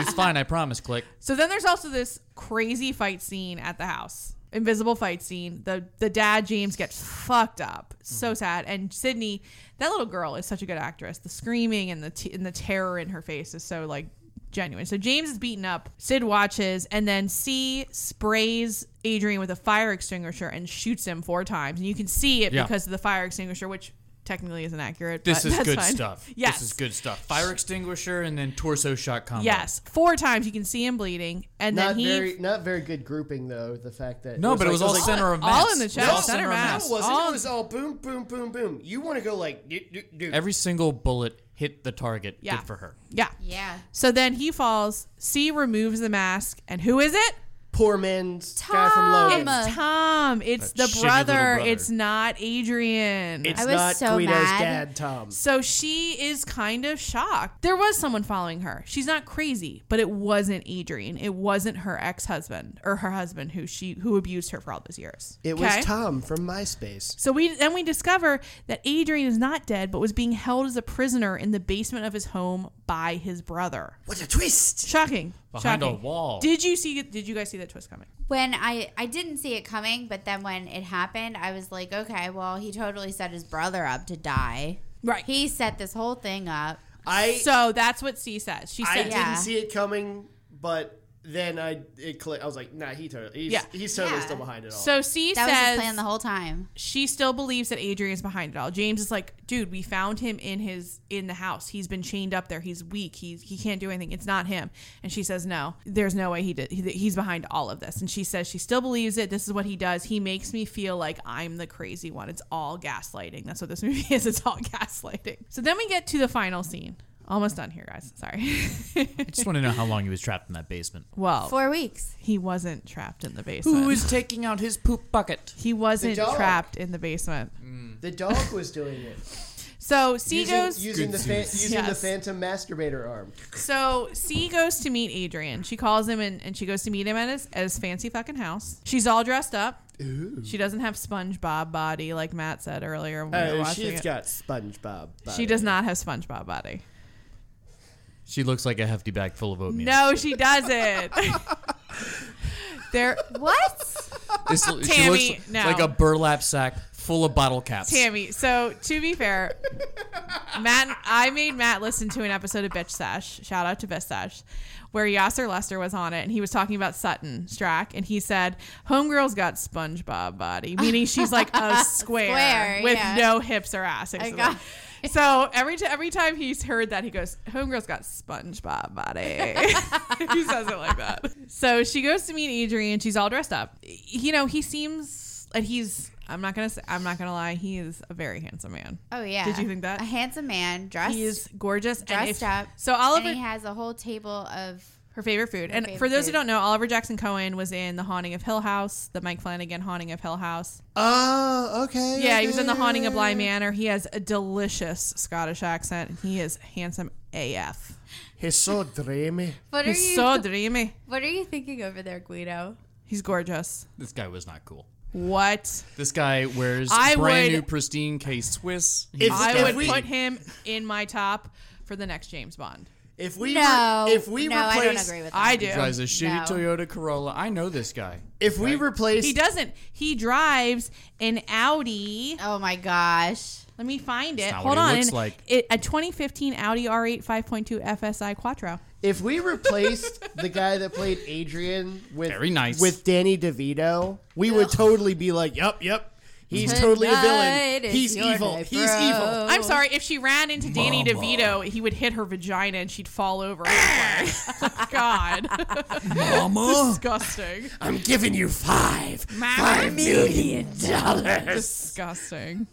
Speaker 5: It's fine. I promise. Click.
Speaker 2: So then there's also this crazy fight scene at the house. Invisible fight scene. The the dad James gets fucked up.
Speaker 5: Mm-hmm.
Speaker 2: So sad. And Sydney, that little girl is such a good actress. The screaming and the t- and the terror in her face is so like genuine. So James is beaten up. Sid watches and then C sprays Adrian with a fire extinguisher and shoots him four times. And you can see it
Speaker 5: Yeah.
Speaker 2: because of the fire extinguisher, which technically isn't accurate.
Speaker 5: This
Speaker 2: but
Speaker 5: is
Speaker 2: that's
Speaker 5: good
Speaker 2: fine.
Speaker 5: stuff.
Speaker 2: Yes.
Speaker 5: This is good stuff. Fire extinguisher and then torso shot combo.
Speaker 2: Yes, four times you can see him bleeding, and
Speaker 4: Not
Speaker 2: then he
Speaker 4: very not very good grouping though. The fact that
Speaker 5: No, but it was all
Speaker 4: like-
Speaker 5: center of mass.
Speaker 2: all in the chest,
Speaker 5: It was all
Speaker 2: center
Speaker 5: center of
Speaker 2: mass.
Speaker 4: No, it wasn't.
Speaker 2: All-
Speaker 4: It was all boom, boom, boom, boom. You want to go like dude, dude, dude.
Speaker 5: Every single bullet hit the target.
Speaker 2: Yeah.
Speaker 5: Good for her.
Speaker 2: Yeah.
Speaker 3: Yeah.
Speaker 2: So then he falls. C removes the mask, and who is it?
Speaker 4: Poor man's guy from Logan.
Speaker 3: Tom!
Speaker 2: It's Tom. It's
Speaker 5: That
Speaker 2: the
Speaker 5: shitty
Speaker 2: brother.
Speaker 5: little brother.
Speaker 2: It's not Adrian.
Speaker 4: It's
Speaker 3: I was
Speaker 4: not
Speaker 3: so
Speaker 4: Guido's
Speaker 3: mad.
Speaker 4: dad, Tom.
Speaker 2: so she is kind of shocked. There was someone following her. She's not crazy, but it wasn't Adrian. It wasn't her ex-husband or her husband who she who abused her for all those years.
Speaker 4: It was
Speaker 2: Okay?
Speaker 4: Tom from MySpace.
Speaker 2: So we then we discover that Adrian is not dead, but was being held as a prisoner in the basement of his home by his brother.
Speaker 4: What a twist!
Speaker 2: Shocking.
Speaker 5: Behind a
Speaker 2: Shocking.
Speaker 5: wall.
Speaker 2: Did you see? Did you guys see that twist coming?
Speaker 3: When I I didn't see it coming, but then when it happened, I was like, okay, well, he totally set his brother up to die.
Speaker 2: Right.
Speaker 3: He set this whole thing up.
Speaker 4: I
Speaker 2: So that's what C says. She
Speaker 4: I
Speaker 2: said,
Speaker 4: didn't
Speaker 3: Yeah.
Speaker 4: see it coming, but then I it clicked. I was like, nah, he totally he's,
Speaker 2: Yeah.
Speaker 4: he's totally
Speaker 3: Yeah.
Speaker 4: still behind it all.
Speaker 2: So C
Speaker 3: That was his
Speaker 2: says
Speaker 3: plan the whole time.
Speaker 2: she still believes that Adrian's behind it all. James is like, dude, we found him in his in the house. He's been chained up there. He's weak. He's he can't do anything. It's not him. And she says, no, there's no way he did. He, he's behind all of this. And she says she still believes it. This is what he does. He makes me feel like I'm the crazy one. It's all gaslighting. That's what this movie is. It's all gaslighting. So then we get to the final scene. Almost done here, guys. Sorry.
Speaker 5: I just want to know how long he was trapped in that basement.
Speaker 2: well,
Speaker 3: Four weeks.
Speaker 2: he wasn't trapped in the basement.
Speaker 5: Who is taking out his poop bucket?
Speaker 2: He wasn't
Speaker 4: The dog. Mm.
Speaker 2: trapped in the basement.
Speaker 4: the dog was doing it
Speaker 2: So C
Speaker 4: using,
Speaker 2: goes.
Speaker 4: using the fan, using the
Speaker 2: Yes.
Speaker 4: phantom masturbator arm.
Speaker 2: So C goes to meet Adrian. She calls him and, and she goes to meet him at his, at his fancy fucking house. She's all dressed up. She doesn't have SpongeBob body like Matt said earlier. When we were
Speaker 4: Uh,
Speaker 2: watching
Speaker 4: she's
Speaker 2: it.
Speaker 4: got SpongeBob.
Speaker 2: she does not have SpongeBob body.
Speaker 5: She looks like a hefty bag full of oatmeal.
Speaker 2: No, she doesn't. there,
Speaker 3: What?
Speaker 5: This- she
Speaker 2: Tammy,
Speaker 5: looks
Speaker 2: no.
Speaker 5: like a burlap sack full of bottle caps.
Speaker 2: Tammy. So to be fair, Matt, I made Matt listen to an episode of Bitch Sesh. Shout out to Bitch Sesh, where Yasser Lester was on it, and he was talking about Sutton Strack, and he said, "Homegirl's got SpongeBob body, meaning she's like a square,
Speaker 3: Square,
Speaker 2: with
Speaker 3: yeah.
Speaker 2: no hips or ass."
Speaker 3: I
Speaker 2: basically.
Speaker 3: got-
Speaker 2: So every t- every time he's heard that, he goes, "Homegirl's got SpongeBob body." he says it like that. So she goes to meet Adrian. She's all dressed up. You know, he seems and he's. I'm not gonna. Say, I'm not gonna lie. He is a very handsome man.
Speaker 3: Oh yeah.
Speaker 2: Did you think that?
Speaker 3: a handsome man dressed
Speaker 2: He is gorgeous. and
Speaker 3: dressed
Speaker 2: if-
Speaker 3: up?
Speaker 2: So Oliver,
Speaker 3: and he has a whole table of
Speaker 2: her favorite food. and
Speaker 3: favorite
Speaker 2: for those who
Speaker 3: food.
Speaker 2: don't know, Oliver Jackson Cohen was in The Haunting of Hill House, the Mike Flanagan Haunting of Hill House.
Speaker 4: Oh, okay.
Speaker 2: Yeah, he was in The Haunting of Bly Manor. He has a delicious Scottish accent. and He is handsome AF.
Speaker 4: He's so dreamy.
Speaker 3: What are
Speaker 2: He's
Speaker 3: you
Speaker 2: so dreamy.
Speaker 3: What are you thinking over there, Guido?
Speaker 2: He's gorgeous.
Speaker 5: This guy was not cool.
Speaker 2: What?
Speaker 5: This guy wears
Speaker 2: I
Speaker 5: brand
Speaker 2: would-
Speaker 5: new pristine K Swiss.
Speaker 4: If-
Speaker 2: I
Speaker 4: if
Speaker 2: would
Speaker 4: we-
Speaker 2: put him in my top for the next James Bond.
Speaker 4: If we
Speaker 3: No.
Speaker 4: re- if we
Speaker 3: no,
Speaker 4: replace
Speaker 3: I don't agree with that.
Speaker 2: I do.
Speaker 5: drives a shitty
Speaker 3: No.
Speaker 5: Toyota Corolla. I know this guy.
Speaker 4: if we replace
Speaker 2: He doesn't. He drives an Audi.
Speaker 3: oh my gosh.
Speaker 2: Let me find it.
Speaker 5: not
Speaker 2: Hold
Speaker 5: what
Speaker 2: on.
Speaker 5: it looks
Speaker 2: And
Speaker 5: like.
Speaker 2: It, a 2015 Audi R8 5.2 FSI Quattro.
Speaker 4: if we replaced the guy that played Adrian with
Speaker 5: Very nice.
Speaker 4: with Danny DeVito, we would totally be like, yep, yep. He's totally a
Speaker 3: Tonight
Speaker 4: villain.
Speaker 3: is
Speaker 4: He's
Speaker 3: your
Speaker 4: evil.
Speaker 3: night,
Speaker 4: He's
Speaker 3: bro.
Speaker 4: evil.
Speaker 2: I'm sorry. If she ran into Danny DeVito, he would hit her vagina and she'd fall over. and fly. God,
Speaker 5: Mama.
Speaker 2: disgusting,
Speaker 4: I'm giving you five, five million dollars.
Speaker 2: disgusting.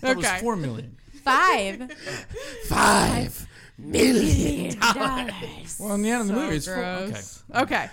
Speaker 5: That was
Speaker 2: Okay.
Speaker 5: four million.
Speaker 3: Five.
Speaker 4: Five million dollars.
Speaker 5: Well, in the end of the
Speaker 4: Oh,
Speaker 5: movie, it's four. Okay.
Speaker 2: Gross. Okay.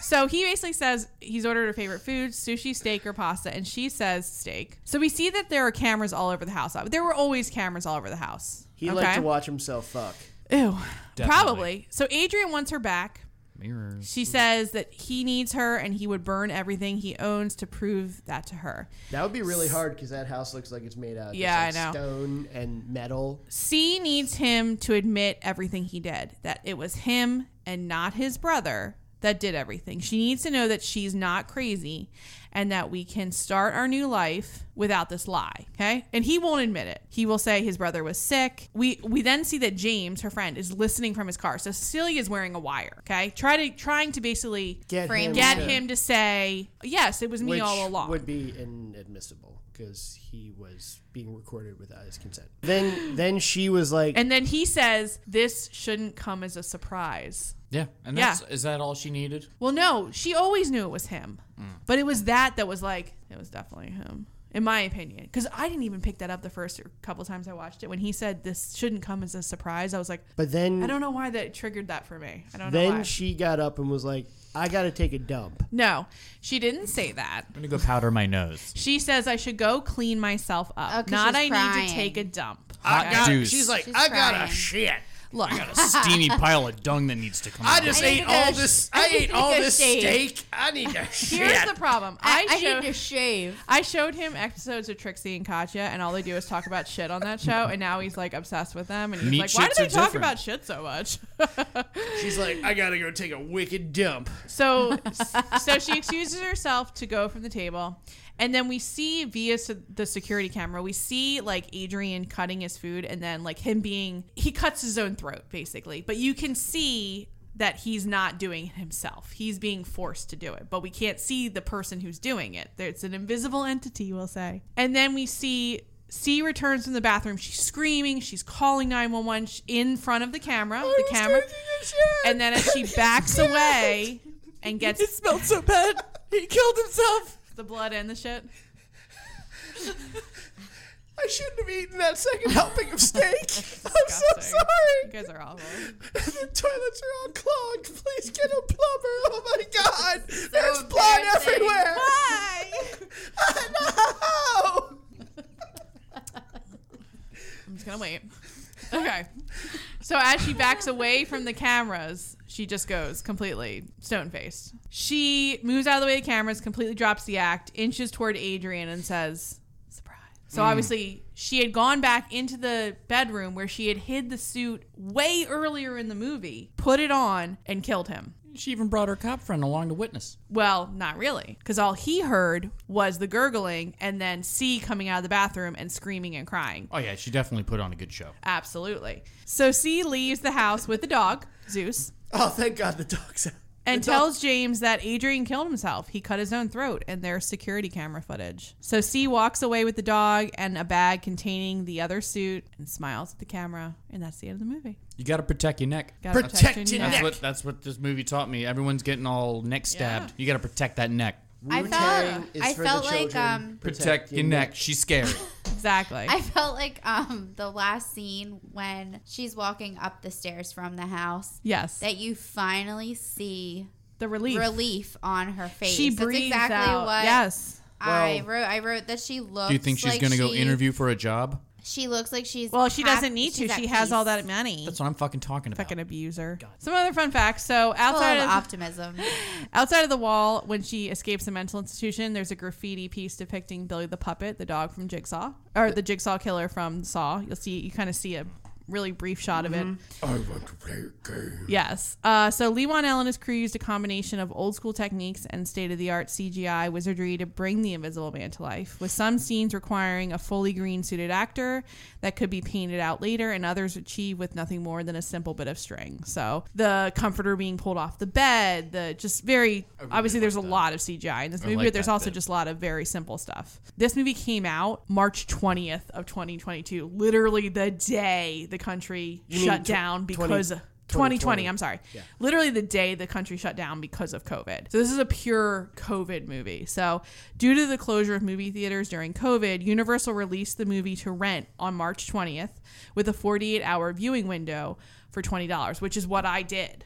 Speaker 2: So he basically says he's ordered her favorite food, sushi, steak, or pasta, and she says steak. So we see that there are cameras all over the house. Uh, There were always cameras all over the house.
Speaker 4: He liked to watch himself fuck.
Speaker 2: Ew.
Speaker 5: Definitely.
Speaker 2: Probably. So Adrian wants her back.
Speaker 5: Mirrors.
Speaker 2: She says that he needs her and he would burn everything he owns to prove that to her.
Speaker 4: That would be really hard because that house looks like it's made out of just,
Speaker 2: Yeah, I
Speaker 4: like,
Speaker 2: know.
Speaker 4: stone and metal.
Speaker 2: C needs him to admit everything he did, that it was him and not his brother that did everything. She needs to know that she's not crazy and that we can start our new life without this lie, okay? And he won't admit it. He will say his brother was sick. We we then see that James, her friend, is listening from his car. So Cecilia is wearing a wire, okay? Try to trying to basically
Speaker 4: Get
Speaker 3: Frame
Speaker 4: him.
Speaker 2: get
Speaker 4: to-
Speaker 2: him to say, "Yes, it was me
Speaker 4: which
Speaker 2: all along."
Speaker 4: would be inadmissible because he was being recorded without his consent. Then, then she was like,
Speaker 2: and then he says, "This shouldn't come as a surprise."
Speaker 5: Yeah. And
Speaker 2: Yeah.
Speaker 5: that's is that all she needed?
Speaker 2: Well, no, she always knew it was him, but it was that that was like it was definitely him. in my opinion. Because I didn't even pick that up the first couple times I watched it. When he said this shouldn't come as a surprise, I was like,
Speaker 4: But then
Speaker 2: I don't know why that triggered that for me. I don't know why.
Speaker 4: then she got up and was like, "I got to take a dump."
Speaker 2: no, she didn't say that.
Speaker 5: I'm gonna go powder my nose.
Speaker 2: She says I should go clean myself
Speaker 3: Oh,
Speaker 2: up.
Speaker 3: 'cause
Speaker 2: Not
Speaker 3: she's
Speaker 2: I need
Speaker 3: crying.
Speaker 2: to take a dump.
Speaker 5: Hot
Speaker 2: Okay?
Speaker 5: juice.
Speaker 9: She's like,
Speaker 3: She's
Speaker 9: I got
Speaker 3: crying.
Speaker 9: a shit.
Speaker 2: Look,
Speaker 5: a steamy pile of dung that needs to come.
Speaker 9: I
Speaker 5: out.
Speaker 9: just
Speaker 3: I need
Speaker 9: ate
Speaker 3: to go
Speaker 9: all
Speaker 3: sh-
Speaker 9: this.
Speaker 3: I
Speaker 9: I,
Speaker 3: need
Speaker 9: ate
Speaker 3: to
Speaker 9: all
Speaker 3: go
Speaker 9: this
Speaker 3: shave.
Speaker 9: steak. I need a shit.
Speaker 2: here's the problem. I,
Speaker 3: I, I
Speaker 2: showed
Speaker 3: need to shave.
Speaker 2: I showed him episodes of Trixie and Katya, and all they do is talk about shit on that show. And now he's like obsessed with them, and he's
Speaker 5: Meat
Speaker 2: like, "Why do
Speaker 5: shits
Speaker 2: they
Speaker 5: are
Speaker 2: talk
Speaker 5: different."
Speaker 2: about shit so much?"
Speaker 9: She's like, I gotta go take a wicked dump.
Speaker 2: so, so she excuses herself to go from the table, and then we see via s- the security camera, we see like Adrian cutting his food, and then like him being he cuts his own throat basically, but you can see. That he's not doing it himself. He's being forced to do it, but we can't see the person who's doing it. There- It's an invisible entity, we'll say. And then we see C returns from the bathroom. She's screaming. She's calling 911 sh- in front of the camera. the camera. And then as she backs away and gets. It smelled so bad. He killed himself. The blood and the shit.
Speaker 9: I shouldn't have eaten that second helping of steak. I'm so
Speaker 2: Disgusting. You
Speaker 9: sorry.
Speaker 2: guys are awful.
Speaker 9: the toilets are all clogged. Please get a plumber. Oh my god. There's blood
Speaker 3: embarrassing.
Speaker 9: everywhere.
Speaker 2: Why?
Speaker 9: I know.
Speaker 2: I'm just going to wait. Okay. So as she backs away from the cameras, she just goes completely stone faced. She moves out of the way of the cameras, completely drops the act, inches toward Adrian, and says, Surprise. So obviously, she had gone back into the bedroom where she had hid the suit way earlier in the movie, put it on, and killed him.
Speaker 5: She even brought her cop friend along to witness.
Speaker 2: Well, not really, because all he heard was the gurgling and then C coming out of the bathroom and screaming and crying.
Speaker 5: Oh yeah, she definitely put on a good show.
Speaker 2: Absolutely. So C leaves the house with the dog, Zeus,
Speaker 4: Oh, thank God the dog's out.
Speaker 2: and tells James that Adrian killed himself. He cut his own throat, and there's security camera footage. So C walks away with the dog and a bag containing the other suit and smiles at the camera, and that's the end of the movie.
Speaker 5: You gotta protect your neck.
Speaker 2: Gotta
Speaker 9: Protect your
Speaker 5: That's
Speaker 9: neck.
Speaker 5: what that's what this movie taught me. Everyone's getting all neck stabbed. You gotta protect that neck.
Speaker 3: I felt, I felt like um,
Speaker 5: Protect, your, neck. She's scary.
Speaker 2: Exactly.
Speaker 3: I felt like um, the last scene when she's walking up the stairs from the house
Speaker 2: yes.
Speaker 3: that you finally see
Speaker 2: the relief.
Speaker 3: relief, on her face.
Speaker 2: She
Speaker 3: That's
Speaker 2: breathes
Speaker 3: exactly
Speaker 2: out.
Speaker 3: what
Speaker 2: yes.
Speaker 3: I
Speaker 4: Well-
Speaker 3: wrote. I wrote that she looks.
Speaker 5: Do you think she's
Speaker 3: like
Speaker 5: gonna go
Speaker 3: she-
Speaker 5: interview for a job?
Speaker 3: She looks like she's.
Speaker 2: Well, she
Speaker 3: hap-
Speaker 2: doesn't need to.
Speaker 3: she's at
Speaker 2: She has all
Speaker 3: peace.
Speaker 2: that money.
Speaker 5: That's what I'm fucking talking about.
Speaker 2: Fucking abuser. Some other fun facts. So
Speaker 3: Full
Speaker 2: outside
Speaker 3: of
Speaker 2: of
Speaker 3: optimism.
Speaker 2: Outside of the wall, when she escapes the mental institution, there's a graffiti piece depicting Billy the Puppet, the dog from Jigsaw, or the Jigsaw killer from Saw. You'll see, you kind of see a really brief shot of it.
Speaker 9: I want to play a game.
Speaker 2: Yes. Uh, so Lewan Allen and his crew used a combination of old school techniques and state of the art CGI wizardry to bring the Invisible Man to life, with some scenes requiring a fully green suited actor that could be painted out later, and others achieved with nothing more than a simple bit of string. So the comforter being pulled off the bed, the just very obviously there's a lot of CGI in this movie,
Speaker 5: like
Speaker 2: but there's
Speaker 5: that
Speaker 2: also
Speaker 5: bit.
Speaker 2: just a lot of very simple stuff. This movie came out March 20th of 2022, literally the day the country
Speaker 4: mean
Speaker 2: shut
Speaker 4: tw-
Speaker 2: down
Speaker 4: 20
Speaker 2: because 2020,
Speaker 4: 2020.
Speaker 2: I'm sorry. Literally the day the country shut down because of COVID. So this is a pure COVID movie. So due to the closure of movie theaters during COVID, Universal released the movie to rent on March 20th with a 48-hour viewing window for $20, which is what I did.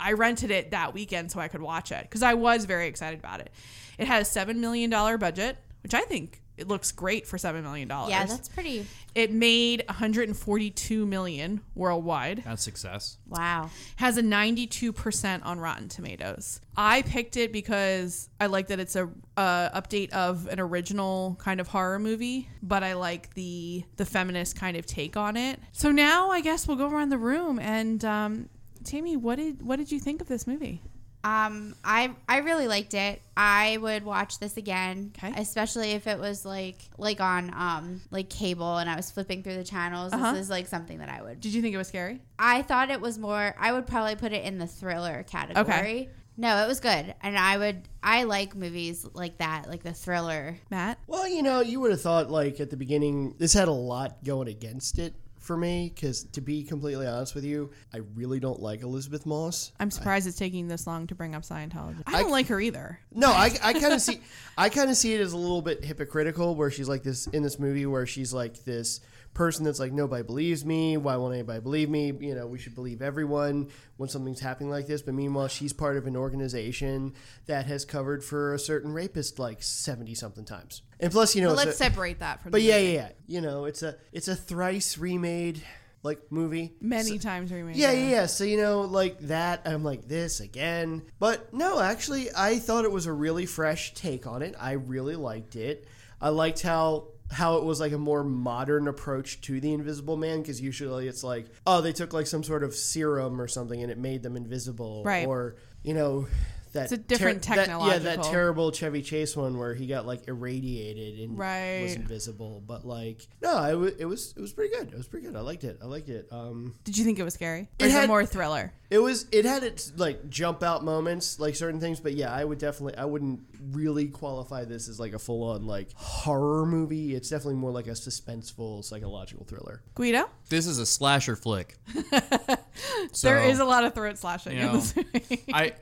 Speaker 2: I rented it that weekend so I could watch it cuz I was very excited about it. It had a 7 million dollar budget, which I think it looks great for 7 million dollars.
Speaker 3: yeah, that's pretty.
Speaker 2: it made 142 million worldwide
Speaker 5: That's success.
Speaker 3: Wow.
Speaker 2: has a 92% on Rotten Tomatoes. I picked it because I like that it's a uh, update of an original kind of horror movie, but I like the the feminist kind of take on it. So now I guess we'll go around the room and um, Tammy, what did what did you think of this movie?
Speaker 3: Um, I I really liked it. I would watch this again,
Speaker 2: Okay.
Speaker 3: especially if it was like like on um like cable and I was flipping through the channels.
Speaker 2: Uh-huh.
Speaker 3: This is like something that I would.
Speaker 2: Did you think it was scary?
Speaker 3: I thought it was more. I would probably put it in the thriller category. No, it was good, and I would. I like movies like that, like the thriller.
Speaker 2: Matt?
Speaker 4: Well, you know, you would have thought like at the beginning this had a lot going against it for me because, to be completely honest with you, I really don't like Elizabeth Moss.
Speaker 2: I'm surprised it's taking this long to bring up Scientology. I don't like her either.
Speaker 4: No, I, I kind of see, I kind of see it as a little bit hypocritical, where she's like this in this movie, where she's like this person that's like nobody believes me. Why won't anybody believe me? You know, we should believe everyone when something's happening like this. But meanwhile, she's part of an organization that has covered for a certain rapist like seventy something times. And plus, you know,
Speaker 2: But
Speaker 4: it's
Speaker 2: let's
Speaker 4: a-
Speaker 2: separate that from.
Speaker 4: but
Speaker 2: the
Speaker 4: yeah,
Speaker 2: movie.
Speaker 4: yeah, yeah, you know, it's a it's a thrice remade like movie.
Speaker 2: many times remade.
Speaker 4: Yeah, yeah, yeah. So you know, like that, I'm like this again. But no, actually, I thought it was a really fresh take on it. I really liked it. I liked how how it was like a more modern approach to the Invisible Man because usually it's like, oh, they took like some sort of serum or something and it made them invisible,
Speaker 2: Right.
Speaker 4: Or you know. That
Speaker 2: It's a different
Speaker 4: that- yeah, that
Speaker 2: technological-
Speaker 4: terrible Chevy Chase one where he got like irradiated and
Speaker 2: Right.
Speaker 4: was invisible. But like, no, I w- it was it was pretty good. It was pretty good. I liked it. I liked it. Um,
Speaker 2: Did you think it was scary?
Speaker 4: It
Speaker 2: Or is it
Speaker 4: had-
Speaker 2: more thriller?
Speaker 4: it was. It had its like jump out moments, like certain things. But yeah, I would definitely. I wouldn't really qualify this as like a full on like horror movie. It's definitely more like a suspenseful psychological thriller.
Speaker 2: Guido?
Speaker 5: This is a slasher flick. so,
Speaker 2: there is a lot of throat slashing
Speaker 5: you
Speaker 2: in
Speaker 5: know,
Speaker 2: this movie.
Speaker 5: I,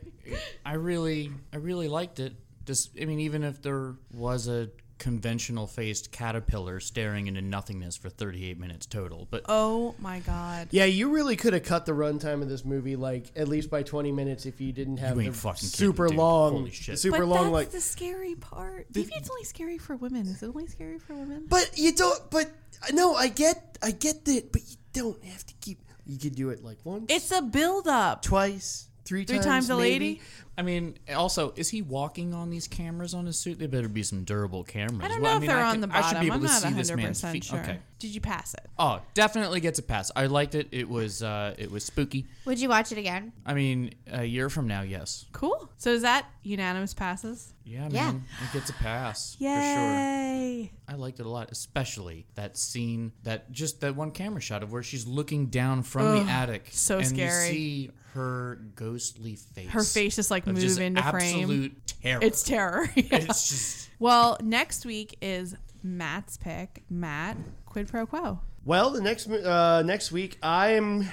Speaker 5: I really, I really liked it. Just, I mean, even if there was a conventional faced caterpillar staring into nothingness for 38 minutes total, but
Speaker 2: oh my god.
Speaker 4: Yeah, you really could have cut the runtime of this movie like at least by twenty minutes if you didn't have
Speaker 5: You ain't
Speaker 4: the
Speaker 5: fucking kidding,
Speaker 4: super
Speaker 5: dude.
Speaker 4: long,
Speaker 5: Holy shit.
Speaker 4: super
Speaker 2: but
Speaker 4: long
Speaker 2: that's
Speaker 4: like.
Speaker 2: the scary part. Maybe it's only scary for women. Is it only scary for women?
Speaker 4: But you don't. But no, I get, I get that. But you don't have to keep. You could do it like once,
Speaker 2: It's a build up.
Speaker 4: twice, three,
Speaker 2: Three
Speaker 4: times.
Speaker 2: times a
Speaker 4: maybe.
Speaker 2: lady.
Speaker 5: I mean, also, is he walking on these cameras on his suit? They better be some durable cameras.
Speaker 2: I don't know
Speaker 5: Well,
Speaker 2: if
Speaker 5: mean,
Speaker 2: they're
Speaker 5: I
Speaker 2: on
Speaker 5: can-
Speaker 2: the bottom.
Speaker 5: I should be able
Speaker 2: am
Speaker 5: to
Speaker 2: not
Speaker 5: see this man's
Speaker 2: 100%
Speaker 5: feet.
Speaker 2: sure.
Speaker 5: Okay.
Speaker 2: Did you pass it?
Speaker 5: Oh, definitely gets a pass. I liked it. It was uh, it was spooky.
Speaker 3: Would you watch it again?
Speaker 5: I mean, a year from now, yes.
Speaker 2: Cool. So is that unanimous passes?
Speaker 5: Yeah,
Speaker 3: Yeah.
Speaker 5: man, it gets a pass for sure.
Speaker 2: Yay.
Speaker 5: I liked it a lot, especially that scene that just that one camera shot of where she's looking down from the attic.
Speaker 2: so
Speaker 5: and
Speaker 2: scary.
Speaker 5: You see her ghostly face.
Speaker 2: Her face just, like,
Speaker 5: of
Speaker 2: move
Speaker 5: just
Speaker 2: into frame.
Speaker 5: absolute terror.
Speaker 2: It's terror.
Speaker 5: it's just
Speaker 2: Well, next week is Matt's pick. Matt, quid pro quo.
Speaker 4: Well, the next mo- uh, next week, I'm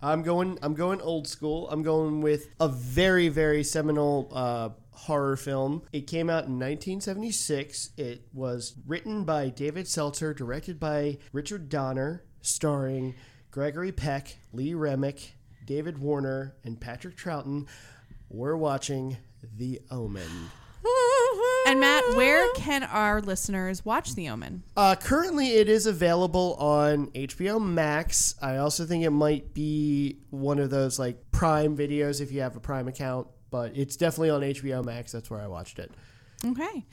Speaker 4: I'm going I'm going old school. I'm going with a very very seminal uh, horror film. It came out in 1976. It was written by David Seltzer, directed by Richard Donner, starring Gregory Peck, Lee Remick, David Warner, and Patrick Troughton. We're watching The Omen.
Speaker 2: And Matt, where can our listeners watch The Omen?
Speaker 4: Uh, currently, it is available on HBO Max. I also think it might be one of those like Prime videos if you have a Prime account, but it's definitely on HBO Max. That's where I watched it.
Speaker 2: Okay.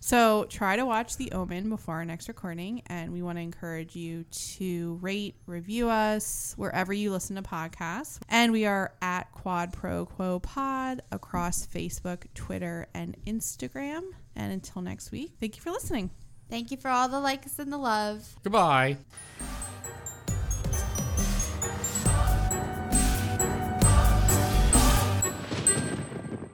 Speaker 2: So try to watch The Omen before our next recording. And we want to encourage you to rate, review us wherever you listen to podcasts. And we are at Quad Pro Quo Pod across Facebook, Twitter, and Instagram. And until next week, thank you for listening.
Speaker 3: Thank you for all the likes and the love.
Speaker 5: goodbye.